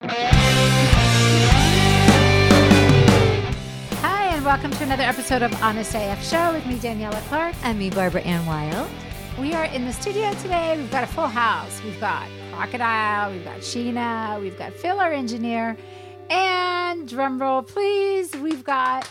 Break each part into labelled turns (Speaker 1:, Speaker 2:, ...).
Speaker 1: Hi, and welcome to another episode of Honest AF Show with me, Daniela Clark.
Speaker 2: I'm me, Barbara Ann Wild.
Speaker 1: We are in the studio today. We've got a full house. We've got Crocodile, we've got Sheena, we've got Phil, our engineer, and drum roll, please. We've got.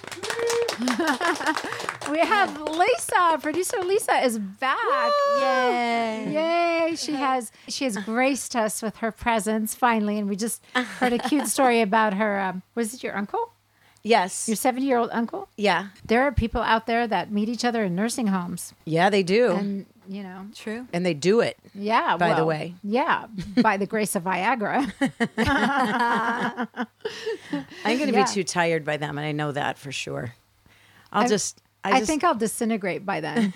Speaker 1: we have Lisa, producer Lisa is back.
Speaker 2: Yay.
Speaker 1: Yay! She has she has graced us with her presence finally, and we just heard a cute story about her. Um, was it your uncle?
Speaker 3: Yes.
Speaker 1: Your seventy year old uncle?
Speaker 3: yeah.
Speaker 1: There are people out there that meet each other in nursing homes,
Speaker 3: Yeah, they do. And,
Speaker 1: and you know,
Speaker 2: True.
Speaker 3: they do it.
Speaker 1: yeah.
Speaker 3: By
Speaker 1: well,
Speaker 3: the way.
Speaker 1: yeah, by the grace of Viagra.
Speaker 3: I'm going to
Speaker 1: Yeah.
Speaker 3: be too tired by them, and I know that for sure. I'll just. I,
Speaker 1: I
Speaker 3: just,
Speaker 1: think I'll disintegrate by then.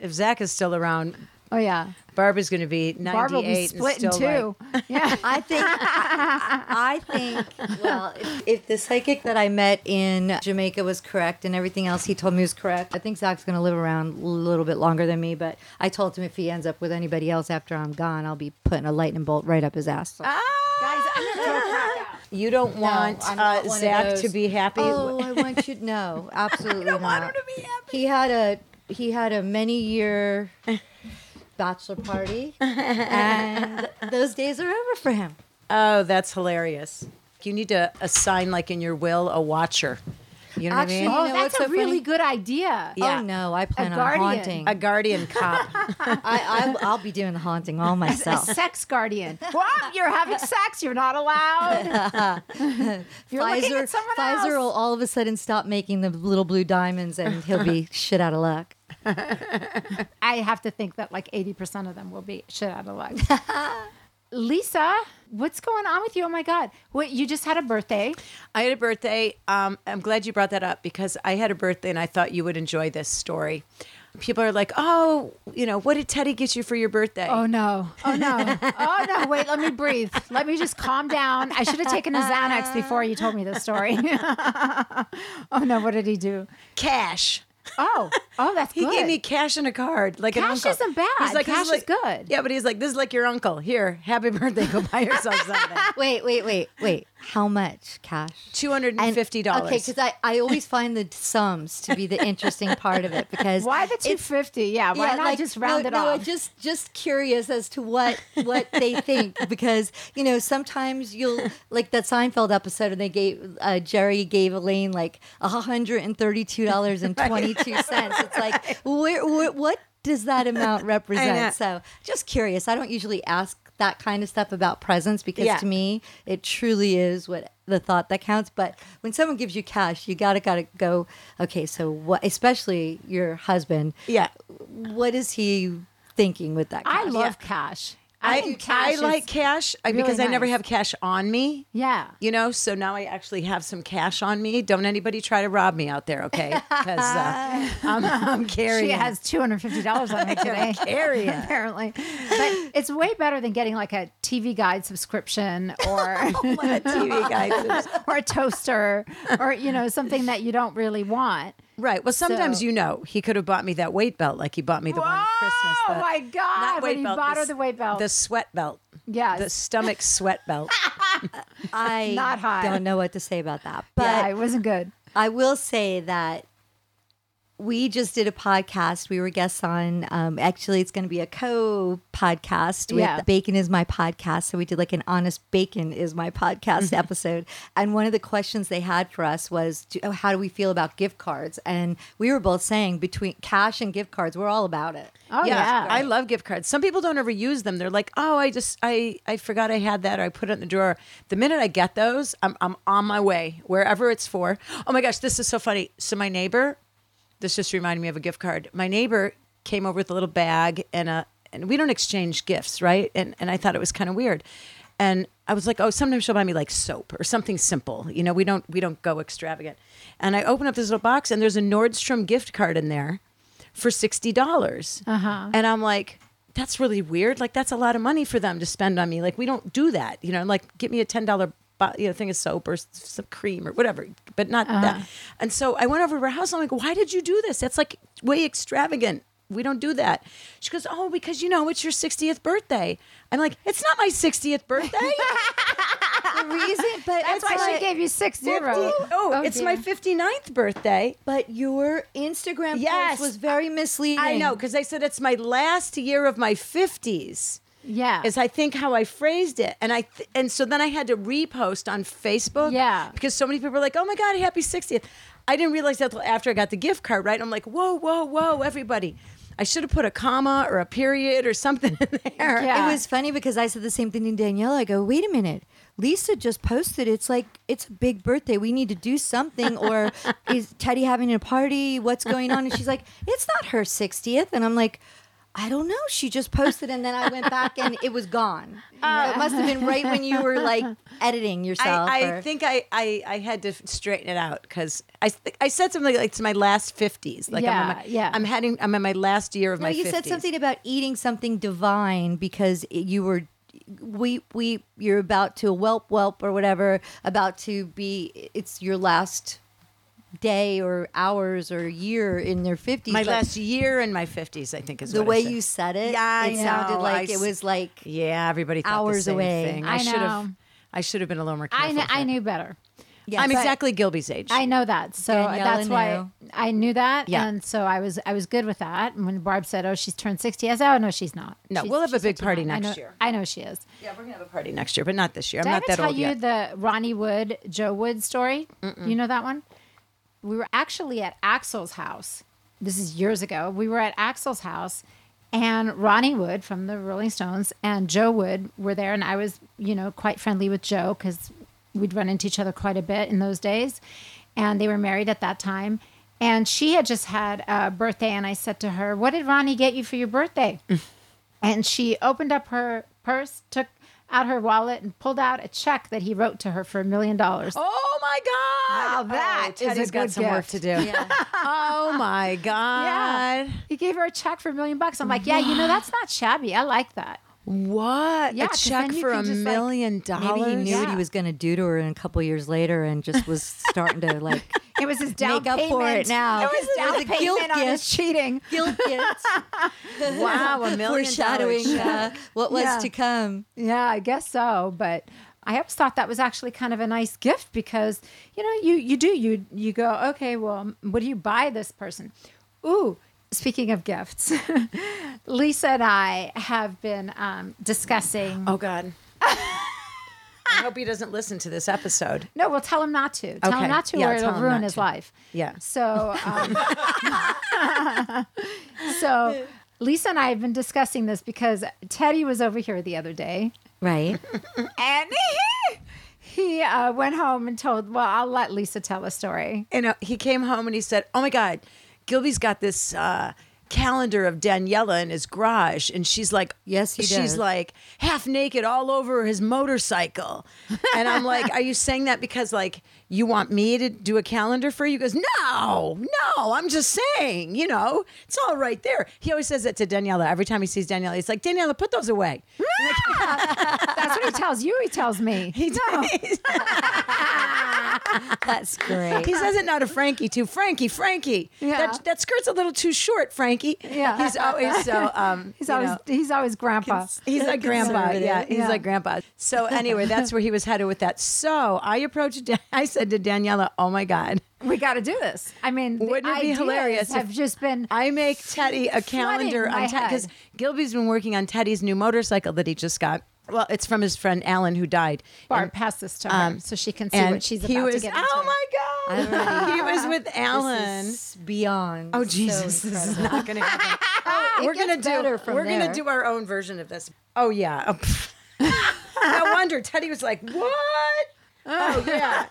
Speaker 3: if Zach is still around,
Speaker 1: Oh yeah,
Speaker 3: Barb is going to be 98
Speaker 1: Barb will be
Speaker 3: and
Speaker 1: split in
Speaker 3: still
Speaker 1: two. yeah,
Speaker 2: I think, I, I think, well, if, if the psychic that I met in Jamaica was correct and everything else he told me was correct, I think Zach's going to live around a little bit longer than me. But I told him if he ends up with anybody else after I'm gone, I'll be putting a lightning bolt right up his ass.
Speaker 3: Oh,
Speaker 2: So-
Speaker 1: guys, I'm gonna throw crap out.
Speaker 3: Like, you don't want
Speaker 2: I'm
Speaker 3: uh,
Speaker 2: not one of
Speaker 3: Zach to
Speaker 2: those-
Speaker 3: be happy.
Speaker 2: Oh, I want you. No, absolutely not.
Speaker 3: want him to be happy.
Speaker 2: He had a he had a many year bachelor party, and those days are over for him.
Speaker 3: Oh, that's hilarious. You need to assign, like in your will, a watcher. You know
Speaker 2: Actually,
Speaker 3: what I mean?
Speaker 1: Oh,
Speaker 2: know
Speaker 1: that's
Speaker 2: what's
Speaker 1: a
Speaker 2: so
Speaker 1: really
Speaker 2: funny?
Speaker 1: good idea.
Speaker 3: Yeah.
Speaker 2: Oh no, I plan on
Speaker 1: guardian.
Speaker 2: haunting.
Speaker 3: A guardian cop.
Speaker 2: I, I I'll be doing the haunting all
Speaker 1: A
Speaker 2: myself.
Speaker 1: sex guardian. What? You're having sex. You're not allowed. You're looking
Speaker 2: Pfizer,
Speaker 1: at someone
Speaker 2: Pfizer
Speaker 1: else.
Speaker 2: will all of a sudden stop making the little blue diamonds, and he'll be shit out of luck.
Speaker 1: I have to think that like 80% of them will be shit out of luck. Lisa, what's going on with you? Oh my God. What, you just had a birthday.
Speaker 3: I had a birthday. Um, I'm glad you brought that up because I had a birthday and I thought you would enjoy this story. People are like, oh, you know, what did Teddy get you for your birthday?
Speaker 1: Oh no. Oh no. Oh no. Wait, let me breathe. Let me just calm down. I should have taken a Xanax before you told me this story. oh no. What did he do?
Speaker 3: cash.
Speaker 1: Oh, oh, that's
Speaker 3: He
Speaker 1: good.
Speaker 3: gave me cash and a card, like an
Speaker 1: Cash
Speaker 3: uncle.
Speaker 1: isn't bad.
Speaker 3: "This
Speaker 1: Cash is
Speaker 3: like-"
Speaker 1: good.
Speaker 3: Yeah, but he's like, this is like your uncle. Here, happy birthday. Go buy yourself something.
Speaker 2: Wait, wait, wait, wait. How much cash?
Speaker 3: Two hundred and
Speaker 2: And-
Speaker 3: fifty dollars.
Speaker 2: Okay, because I, I always find the sums to be the interesting part of it because
Speaker 1: why the
Speaker 2: it's-
Speaker 1: 250? Yeah. Why
Speaker 2: yeah,
Speaker 1: not
Speaker 2: like,
Speaker 1: just round
Speaker 2: no,
Speaker 1: it
Speaker 2: no,
Speaker 1: off?
Speaker 2: I'm just just curious as to what what they think because you know sometimes you'll like that Seinfeld episode and they gave uh, Jerry gave Elaine like hundred and thirty two dollars and twenty two cents. It's like where, where what does that amount represent? So just curious. I don't usually ask that kind of stuff about presents because
Speaker 3: Yeah.
Speaker 2: to me it truly is what the thought that counts but when someone gives you cash you gotta gotta go okay so what especially your husband
Speaker 3: yeah,
Speaker 2: what is he thinking with that?
Speaker 1: I
Speaker 2: cash?
Speaker 1: love cash.
Speaker 3: I
Speaker 1: think
Speaker 3: I
Speaker 1: is-
Speaker 3: like cash I-
Speaker 1: really
Speaker 3: because I never
Speaker 1: nice.
Speaker 3: have cash on me.
Speaker 1: Yeah.
Speaker 3: You know, so now I actually have some cash on me. Don't anybody try to rob me out there, okay? Because uh, I'm, I'm carrying.
Speaker 1: She has two hundred fifty dollars on her today.
Speaker 3: Carry it.
Speaker 1: apparently, but it's way better than getting like a TV guide subscription or
Speaker 3: What a TV guy.
Speaker 1: or a toaster or you know something that you don't really want.
Speaker 3: Right. Well, sometimes
Speaker 1: So-
Speaker 3: you know he could have bought me that weight belt, like he bought me the one at Christmas.
Speaker 1: Oh
Speaker 3: the-
Speaker 1: my God!
Speaker 3: not
Speaker 1: When
Speaker 3: weight
Speaker 1: you
Speaker 3: belt,
Speaker 1: bought her
Speaker 3: s-
Speaker 1: the weight belt,
Speaker 3: the sweat belt,
Speaker 1: yes,
Speaker 3: the stomach sweat belt.
Speaker 2: I
Speaker 1: Not high.
Speaker 2: Don't know what to say about that, but
Speaker 1: yeah, it wasn't good.
Speaker 2: I will say that we just did a podcast. We were guests on. Um, actually, it's going to be a co-podcast with
Speaker 1: Yeah.
Speaker 2: Bacon is my podcast. So we did like an honest Bacon is my podcast episode. And one of the questions they had for us was, do, oh, "How do we feel about gift cards?" And we were both saying between cash and gift cards, we're all about it.
Speaker 1: Oh yeah,
Speaker 3: I love gift cards. Some people don't ever use them. They're like, oh, I just I I forgot I had that, or I put it in the drawer. The minute I get those, I'm I'm on my way wherever it's for. Oh my gosh, this is so funny. So my neighbor This just reminded me of a gift card. My neighbor came over with a little bag and a and we don't exchange gifts, right? And and I thought it was kind of weird. And I was like, oh, sometimes she'll buy me like soap or something simple. You know, we don't we don't go extravagant. And I open up this little box and there's a Nordstrom gift card in there for sixty dollars. Uh-huh. And I'm like, that's really weird. Like that's a lot of money for them to spend on me. Like we don't do that. You know, like get me a ten dollar you know thing of soap or s- some cream or whatever, but not that. And so I went over to her house. I'm like, why did you do this? That's like way extravagant. We don't do that. She goes, oh, because you know it's your 60th birthday. I'm like, it's not my 60th birthday.
Speaker 2: The reason, but
Speaker 1: That's
Speaker 2: it's
Speaker 1: why
Speaker 2: like,
Speaker 1: she gave you six zero.
Speaker 3: oh, it's my
Speaker 1: dear.
Speaker 3: 59th birthday.
Speaker 2: But your Instagram
Speaker 3: Yes.
Speaker 2: post was very misleading.
Speaker 3: I know because I said it's my last year of my 50s.
Speaker 1: yeah.
Speaker 3: is I think how I phrased it, and I th- and so then I had to repost on Facebook,
Speaker 1: Yeah.
Speaker 3: because so many people were like, "Oh my God, happy 60th. I didn't realize that till after I got the gift card, right? I'm like, "Whoa, whoa, whoa, everybody!" I should have put a comma or a period or something in there.
Speaker 1: Yeah.
Speaker 2: It was funny because I said the same thing to Danielle. I go, wait a minute. Lisa just posted. It's like it's a big birthday. We need to do something. Or is Teddy having a party? What's going on? And she's like, it's not her sixtieth. And I'm like, I don't know. She just posted, and then I went back, and it was gone. it must have been right when you were like editing yourself.
Speaker 3: Oh. I, I
Speaker 2: or-
Speaker 3: think I, I, I had to straighten it out because I, th- I said something like it's my last fifties like I'm in
Speaker 1: Yeah,
Speaker 3: my,
Speaker 1: yeah.
Speaker 3: I'm heading I'm in my last year of
Speaker 2: No,
Speaker 3: my
Speaker 2: you said
Speaker 3: 50s.
Speaker 2: something about eating something divine because it- you were we we you're about to whelp whelp or whatever about to be it's your last day or hours or year in their 50s
Speaker 3: my
Speaker 2: but
Speaker 3: last year in my fifties I think is
Speaker 2: the
Speaker 3: what I
Speaker 2: way
Speaker 3: said.
Speaker 2: you said it
Speaker 3: Yeah, I
Speaker 2: it sounded
Speaker 3: know.
Speaker 2: like
Speaker 3: I
Speaker 2: it
Speaker 3: s-
Speaker 2: was like
Speaker 3: Yeah, everybody thought the
Speaker 2: Hours
Speaker 3: same
Speaker 2: away.
Speaker 3: Thing.
Speaker 1: I
Speaker 3: should have.
Speaker 1: know.
Speaker 3: I should have been a little more careful.
Speaker 1: I, kn-
Speaker 3: with
Speaker 1: I
Speaker 3: that.
Speaker 1: knew better.
Speaker 2: Yes.
Speaker 3: I'm
Speaker 2: But-
Speaker 3: exactly Gilby's age.
Speaker 1: I know that. So
Speaker 2: Daniela
Speaker 1: that's why
Speaker 2: knew.
Speaker 1: I knew that.
Speaker 3: Yeah.
Speaker 1: And so I was I was good with that. And when Barb said, Oh, she's turned sixty, I said, Oh no, she's not.
Speaker 3: No,
Speaker 1: She's-
Speaker 3: we'll have a
Speaker 1: she's
Speaker 3: big
Speaker 1: 59.
Speaker 3: party
Speaker 1: I know-
Speaker 3: next year.
Speaker 1: I know she is.
Speaker 3: yeah, we're gonna have a party next year, but not this year. I'm
Speaker 1: Did I
Speaker 3: not
Speaker 1: ever
Speaker 3: that
Speaker 1: tell
Speaker 3: old
Speaker 1: you
Speaker 3: yet.
Speaker 1: the Ronnie Wood, Joe Wood story? You know that one? We were actually at Axel's house. This is years ago. We were at Axel's house, and Ronnie Wood from the Rolling Stones and Joe Wood were there, and I was, you know, quite friendly with Joe because we'd run into each other quite a bit in those days, and they were married at that time. And she had just had a birthday, and I said to her, "What did Ronnie get you for your birthday?" And she opened up her purse, took out her wallet, and pulled out a check that he wrote to her for a million dollars.
Speaker 3: Oh my God!
Speaker 1: Now that
Speaker 3: oh,
Speaker 1: is a
Speaker 3: Teddy's got
Speaker 1: good
Speaker 3: some work
Speaker 1: gift.
Speaker 3: to do. Uh, oh my God!
Speaker 1: He gave her a check for a million bucks. I'm like, yeah, you know, that's not shabby. I like that.
Speaker 3: What?
Speaker 1: Yeah,
Speaker 3: a
Speaker 1: 'cause
Speaker 3: check
Speaker 1: then you
Speaker 3: for
Speaker 1: can
Speaker 3: a
Speaker 1: just, like,
Speaker 3: million dollars?
Speaker 2: maybe he knew what
Speaker 1: Yeah.
Speaker 2: he was going to do to her in a couple years later and just was starting to like
Speaker 1: It was his down
Speaker 2: Make up for
Speaker 1: payment.
Speaker 2: it now.
Speaker 1: It was his
Speaker 2: It
Speaker 1: down
Speaker 2: was a
Speaker 1: payment
Speaker 2: guilt
Speaker 1: on his
Speaker 2: gift.
Speaker 1: cheating.
Speaker 2: guilt
Speaker 3: Wow, a million
Speaker 2: foreshadowing
Speaker 3: dollars.
Speaker 2: uh, what was
Speaker 1: Yeah.
Speaker 2: to come
Speaker 1: Yeah, I guess so. But I always thought that was actually kind of a nice gift because you know you you do you you go okay well what do you buy this person? Ooh, speaking of gifts, Lisa and I have been um, discussing.
Speaker 3: Oh God! I hope he doesn't listen to this episode.
Speaker 1: No, well, tell him not to. Tell
Speaker 3: Okay.
Speaker 1: him not to,
Speaker 3: Yeah,
Speaker 1: or
Speaker 3: tell
Speaker 1: it'll
Speaker 3: him
Speaker 1: ruin
Speaker 3: not
Speaker 1: his
Speaker 3: to.
Speaker 1: life.
Speaker 3: Yeah.
Speaker 1: So, um, so Lisa and I have been discussing this because Teddy was over here the other day,
Speaker 2: right
Speaker 1: and he he uh, went home and told. Well, I'll let Lisa tell a story.
Speaker 3: and uh, he came home and he said, "Oh my God, Gilby's got this uh, calendar of Daniela in his garage, and she's like,
Speaker 2: Yes, he
Speaker 3: she's
Speaker 2: does.
Speaker 3: like half naked all over his motorcycle." and I'm like, "Are you saying that because like you want me to do a calendar for you?" He goes, "No, no, I'm just saying, you know, it's all right there." He always says that to Daniela every time he sees Daniela. He's like, "Daniela, put those away."
Speaker 1: That's what he tells you. He tells me. He does.
Speaker 2: that's great
Speaker 3: He says it now to Frankie too. Frankie, Frankie,
Speaker 1: Yeah.
Speaker 3: that, that skirt's a little too short, Frankie.
Speaker 1: Yeah.
Speaker 3: he's always so. Um,
Speaker 1: He's
Speaker 3: you
Speaker 1: always
Speaker 3: know,
Speaker 1: he's always grandpa.
Speaker 3: He's like grandpa.
Speaker 2: conservative.
Speaker 3: Yeah, he's
Speaker 1: Yeah.
Speaker 3: like grandpa. So anyway, that's where he was headed with that. So I approached. Dan- I said to Daniela, "Oh my God,
Speaker 1: we got to do this. I mean, the
Speaker 3: wouldn't it be
Speaker 1: ideas
Speaker 3: hilarious?
Speaker 1: Have
Speaker 3: if
Speaker 1: just been
Speaker 3: I make Teddy a calendar
Speaker 1: my
Speaker 3: on Teddy because
Speaker 1: head.
Speaker 3: Gilby's been working on Teddy's new motorcycle that he just got. Well, it's from his friend Alan who died.
Speaker 1: Barb
Speaker 3: And-
Speaker 1: pass this to her
Speaker 3: um,
Speaker 1: so she can see
Speaker 3: and
Speaker 1: what she's
Speaker 3: he
Speaker 1: about
Speaker 3: was,
Speaker 1: to get into.
Speaker 3: Oh my
Speaker 2: I'm
Speaker 3: God!
Speaker 2: ready.
Speaker 3: he was with Alan.
Speaker 2: This is beyond.
Speaker 3: Oh
Speaker 2: so
Speaker 3: Jesus, this is
Speaker 2: incredible.
Speaker 3: not going to happen.
Speaker 2: it
Speaker 3: we're
Speaker 2: gets
Speaker 3: going to do.
Speaker 2: better from
Speaker 3: we're going
Speaker 2: there.
Speaker 3: to do our own version of this. Oh yeah. Oh, pff. no wonder Teddy was like, "What? Oh yeah."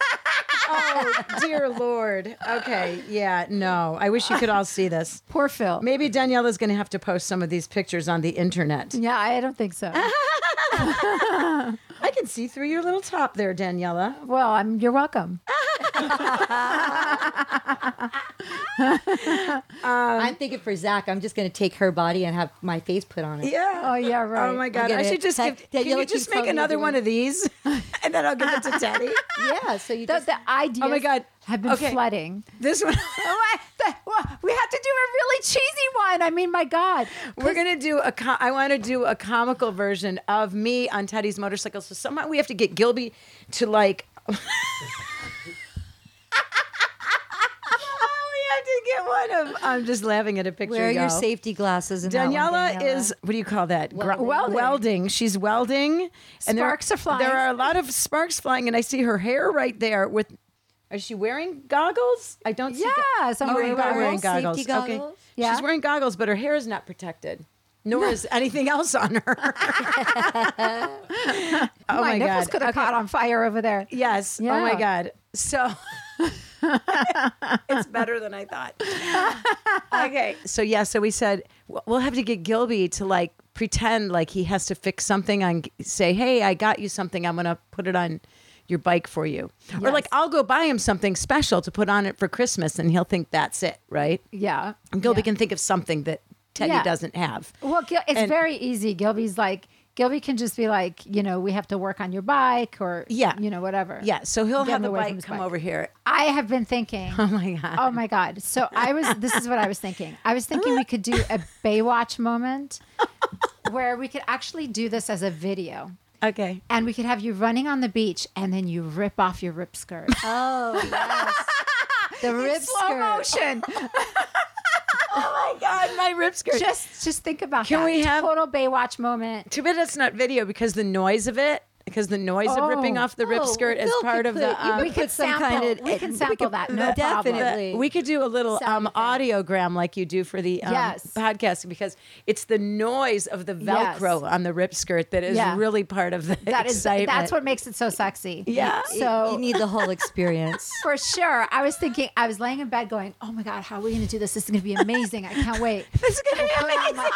Speaker 3: oh dear lord. Okay, yeah, no. I wish you could all see this.
Speaker 1: Poor Phil.
Speaker 3: Maybe Daniela's going to have to post some of these pictures on the internet.
Speaker 1: Yeah, I don't think so.
Speaker 3: Uh-huh. I can see through your little top there, Daniela.
Speaker 1: well, I'm, you're welcome.
Speaker 2: I'm thinking for Zach. I'm just going to take her body and have my face put on it.
Speaker 3: Yeah.
Speaker 1: Oh, yeah, right.
Speaker 3: Oh my God!
Speaker 2: gonna
Speaker 3: I should just
Speaker 2: te-
Speaker 3: give.
Speaker 2: Daniela
Speaker 3: Can you
Speaker 2: keeps
Speaker 3: just
Speaker 2: telling
Speaker 3: make
Speaker 2: me to
Speaker 3: another
Speaker 2: do
Speaker 3: one
Speaker 2: it.
Speaker 3: of these, and then I'll give it to Teddy.
Speaker 2: Yeah. So you
Speaker 1: The,
Speaker 2: just,
Speaker 1: the ideas
Speaker 3: Oh my God.
Speaker 1: have been
Speaker 3: Okay.
Speaker 1: flooding.
Speaker 3: This one.
Speaker 1: Oh, I, the, well, we have to do a really cheesy one. I mean, my God.
Speaker 3: We're gonna do a. Com- I want to do a comical version of me on Teddy's motorcycle. So somehow we have to get Gilby to like. we have to get one of. I'm just laughing at a picture.
Speaker 2: wear your
Speaker 3: y'all.
Speaker 2: safety glasses. And
Speaker 3: Daniela, is what do you call that? Gr-
Speaker 2: Welding.
Speaker 3: welding. She's welding.
Speaker 1: Sparks
Speaker 3: there,
Speaker 1: are flying.
Speaker 3: There are a lot of sparks flying, and I see her hair right there. With is she wearing goggles? I don't. see
Speaker 1: Yeah, so I'm
Speaker 3: wearing
Speaker 1: wearing
Speaker 3: goggles. Wearing
Speaker 2: goggles.
Speaker 3: goggles.
Speaker 2: Safety
Speaker 3: Okay.
Speaker 2: goggles.
Speaker 1: Yeah.
Speaker 3: She's wearing goggles, but her hair is not protected. Nor is anything else on her. oh
Speaker 1: my,
Speaker 3: my,
Speaker 1: nipples
Speaker 3: god!
Speaker 1: could have caught on fire over there.
Speaker 3: Yes. Oh my
Speaker 1: Yeah.
Speaker 3: God. So it's better than I thought. okay. So yeah. So we said w- we'll have to get Gilby to like pretend like he has to fix something on say, hey, I got you something. I'm gonna put it on your bike for you, or like I'll go buy him something special to put on it for Christmas, and he'll think that's it, right?
Speaker 1: Yeah.
Speaker 3: And Gilby
Speaker 1: Yeah.
Speaker 3: can think of something that Teddy
Speaker 1: Yeah.
Speaker 3: doesn't have.
Speaker 1: Well, Gil- it's
Speaker 3: And-
Speaker 1: very easy. Gilby's like, Gilby can just be like, you know, we have to work on your bike or,
Speaker 3: Yeah.
Speaker 1: you know, whatever.
Speaker 3: Yeah. So he'll
Speaker 1: Get
Speaker 3: have
Speaker 1: him
Speaker 3: the
Speaker 1: away from
Speaker 3: bike
Speaker 1: his
Speaker 3: come
Speaker 1: bike.
Speaker 3: over here.
Speaker 1: I have been thinking.
Speaker 3: Oh my God.
Speaker 1: Oh my God. So I was, this is what I was thinking. I was thinking we could do a Baywatch moment where we could actually do this as a video.
Speaker 3: Okay.
Speaker 1: And we could have you running on the beach and then you rip off your rip skirt.
Speaker 2: Oh, yes. The rib
Speaker 1: Slow
Speaker 2: skirt.
Speaker 1: motion.
Speaker 3: Oh my God, my rip skirt.
Speaker 1: just just think about
Speaker 3: Can
Speaker 1: that.
Speaker 3: we have-
Speaker 1: total Baywatch moment.
Speaker 3: Too bad that's not video because the noise of it, because the noise of ripping
Speaker 1: Oh.
Speaker 3: off the rip
Speaker 2: Oh,
Speaker 3: skirt as
Speaker 2: Phil
Speaker 3: part
Speaker 2: could
Speaker 3: of
Speaker 2: put-
Speaker 3: the.
Speaker 2: you
Speaker 3: Um,
Speaker 2: could
Speaker 1: We could
Speaker 2: some
Speaker 1: sample.
Speaker 2: kind of-
Speaker 1: we can
Speaker 2: we
Speaker 1: sample
Speaker 2: could-
Speaker 1: that. No
Speaker 2: definitely.
Speaker 1: problem.
Speaker 3: the- we could do a little um, audio gram like you do for the um,
Speaker 1: Yes.
Speaker 3: podcast because it's the noise of the
Speaker 1: Yes.
Speaker 3: Velcro on the rip skirt that is
Speaker 1: Yeah.
Speaker 3: really part of the
Speaker 1: That is
Speaker 3: excitement.
Speaker 1: that's what makes it so sexy.
Speaker 3: Yeah.
Speaker 1: So
Speaker 2: you need the whole experience.
Speaker 1: for sure, I was thinking. I was laying in bed going, "Oh my god, how are we going to do this? This is going to be amazing. I can't wait."
Speaker 3: This is gonna be
Speaker 1: Put on
Speaker 3: amazing.
Speaker 1: my-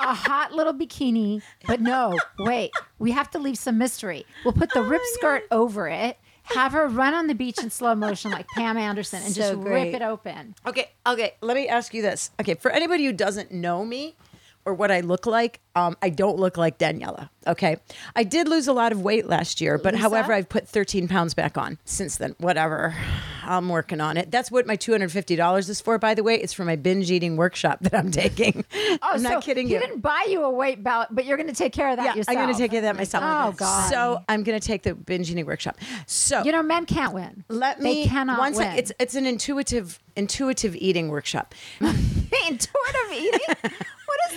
Speaker 1: A hot little bikini, but no, wait. We have to leave some mystery. We'll put
Speaker 3: Oh
Speaker 1: the rip skirt over it. Have her run on the beach in slow motion like Pam Anderson and
Speaker 2: So
Speaker 1: just
Speaker 2: great.
Speaker 1: rip it open.
Speaker 3: Okay, okay. Let me ask you this. Okay, for anybody who doesn't know me or what I look like, um, I don't look like Daniela. Okay, I did lose a lot of weight last year, but however, I've put 13 pounds back on since then. Whatever, I'm working on it. That's what my 250 dollars is for. By the way, it's for my binge eating workshop that I'm taking. I'm
Speaker 1: Oh, so
Speaker 3: not kidding
Speaker 1: he
Speaker 3: you.
Speaker 1: didn't buy you a weight belt, but you're going to take care of that
Speaker 3: yeah,
Speaker 1: yourself.
Speaker 3: I'm going to take care of that myself.
Speaker 1: Oh, God.
Speaker 3: So I'm going to take the binge eating workshop. So
Speaker 1: You know, men can't win.
Speaker 3: let me
Speaker 1: They cannot
Speaker 3: once
Speaker 1: win.
Speaker 3: I, it's it's an intuitive intuitive eating workshop.
Speaker 1: intuitive eating. what is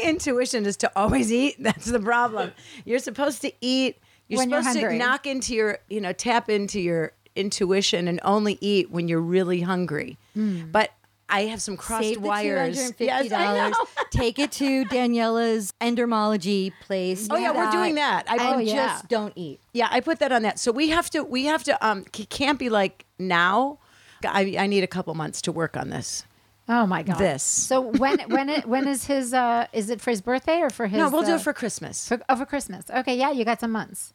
Speaker 1: that?
Speaker 3: intuition is to always eat. That's the problem. You're supposed to eat. You're
Speaker 1: When you're
Speaker 3: supposed to
Speaker 1: hungry.
Speaker 3: knock into your, you know, tap into your intuition and only eat when you're really hungry.
Speaker 1: Hmm.
Speaker 3: But I have some crossed
Speaker 2: Save the
Speaker 3: wires.
Speaker 2: $250.
Speaker 3: Yes, I know.
Speaker 2: Take it to Daniela's endermology place.
Speaker 3: Oh, yeah, we're doing that. I-
Speaker 2: I
Speaker 3: Oh,
Speaker 2: and
Speaker 1: yeah.
Speaker 2: just don't eat.
Speaker 3: Yeah, I put that on that. So we have to. We have to. Um, it can't be like now. I, I need a couple months to work on this.
Speaker 1: oh my god.
Speaker 3: This.
Speaker 1: So when when it when is his uh is it for his birthday or for his
Speaker 3: No, we'll do
Speaker 1: uh,
Speaker 3: it for Christmas.
Speaker 1: for over Christmas. Okay, yeah, you got some months.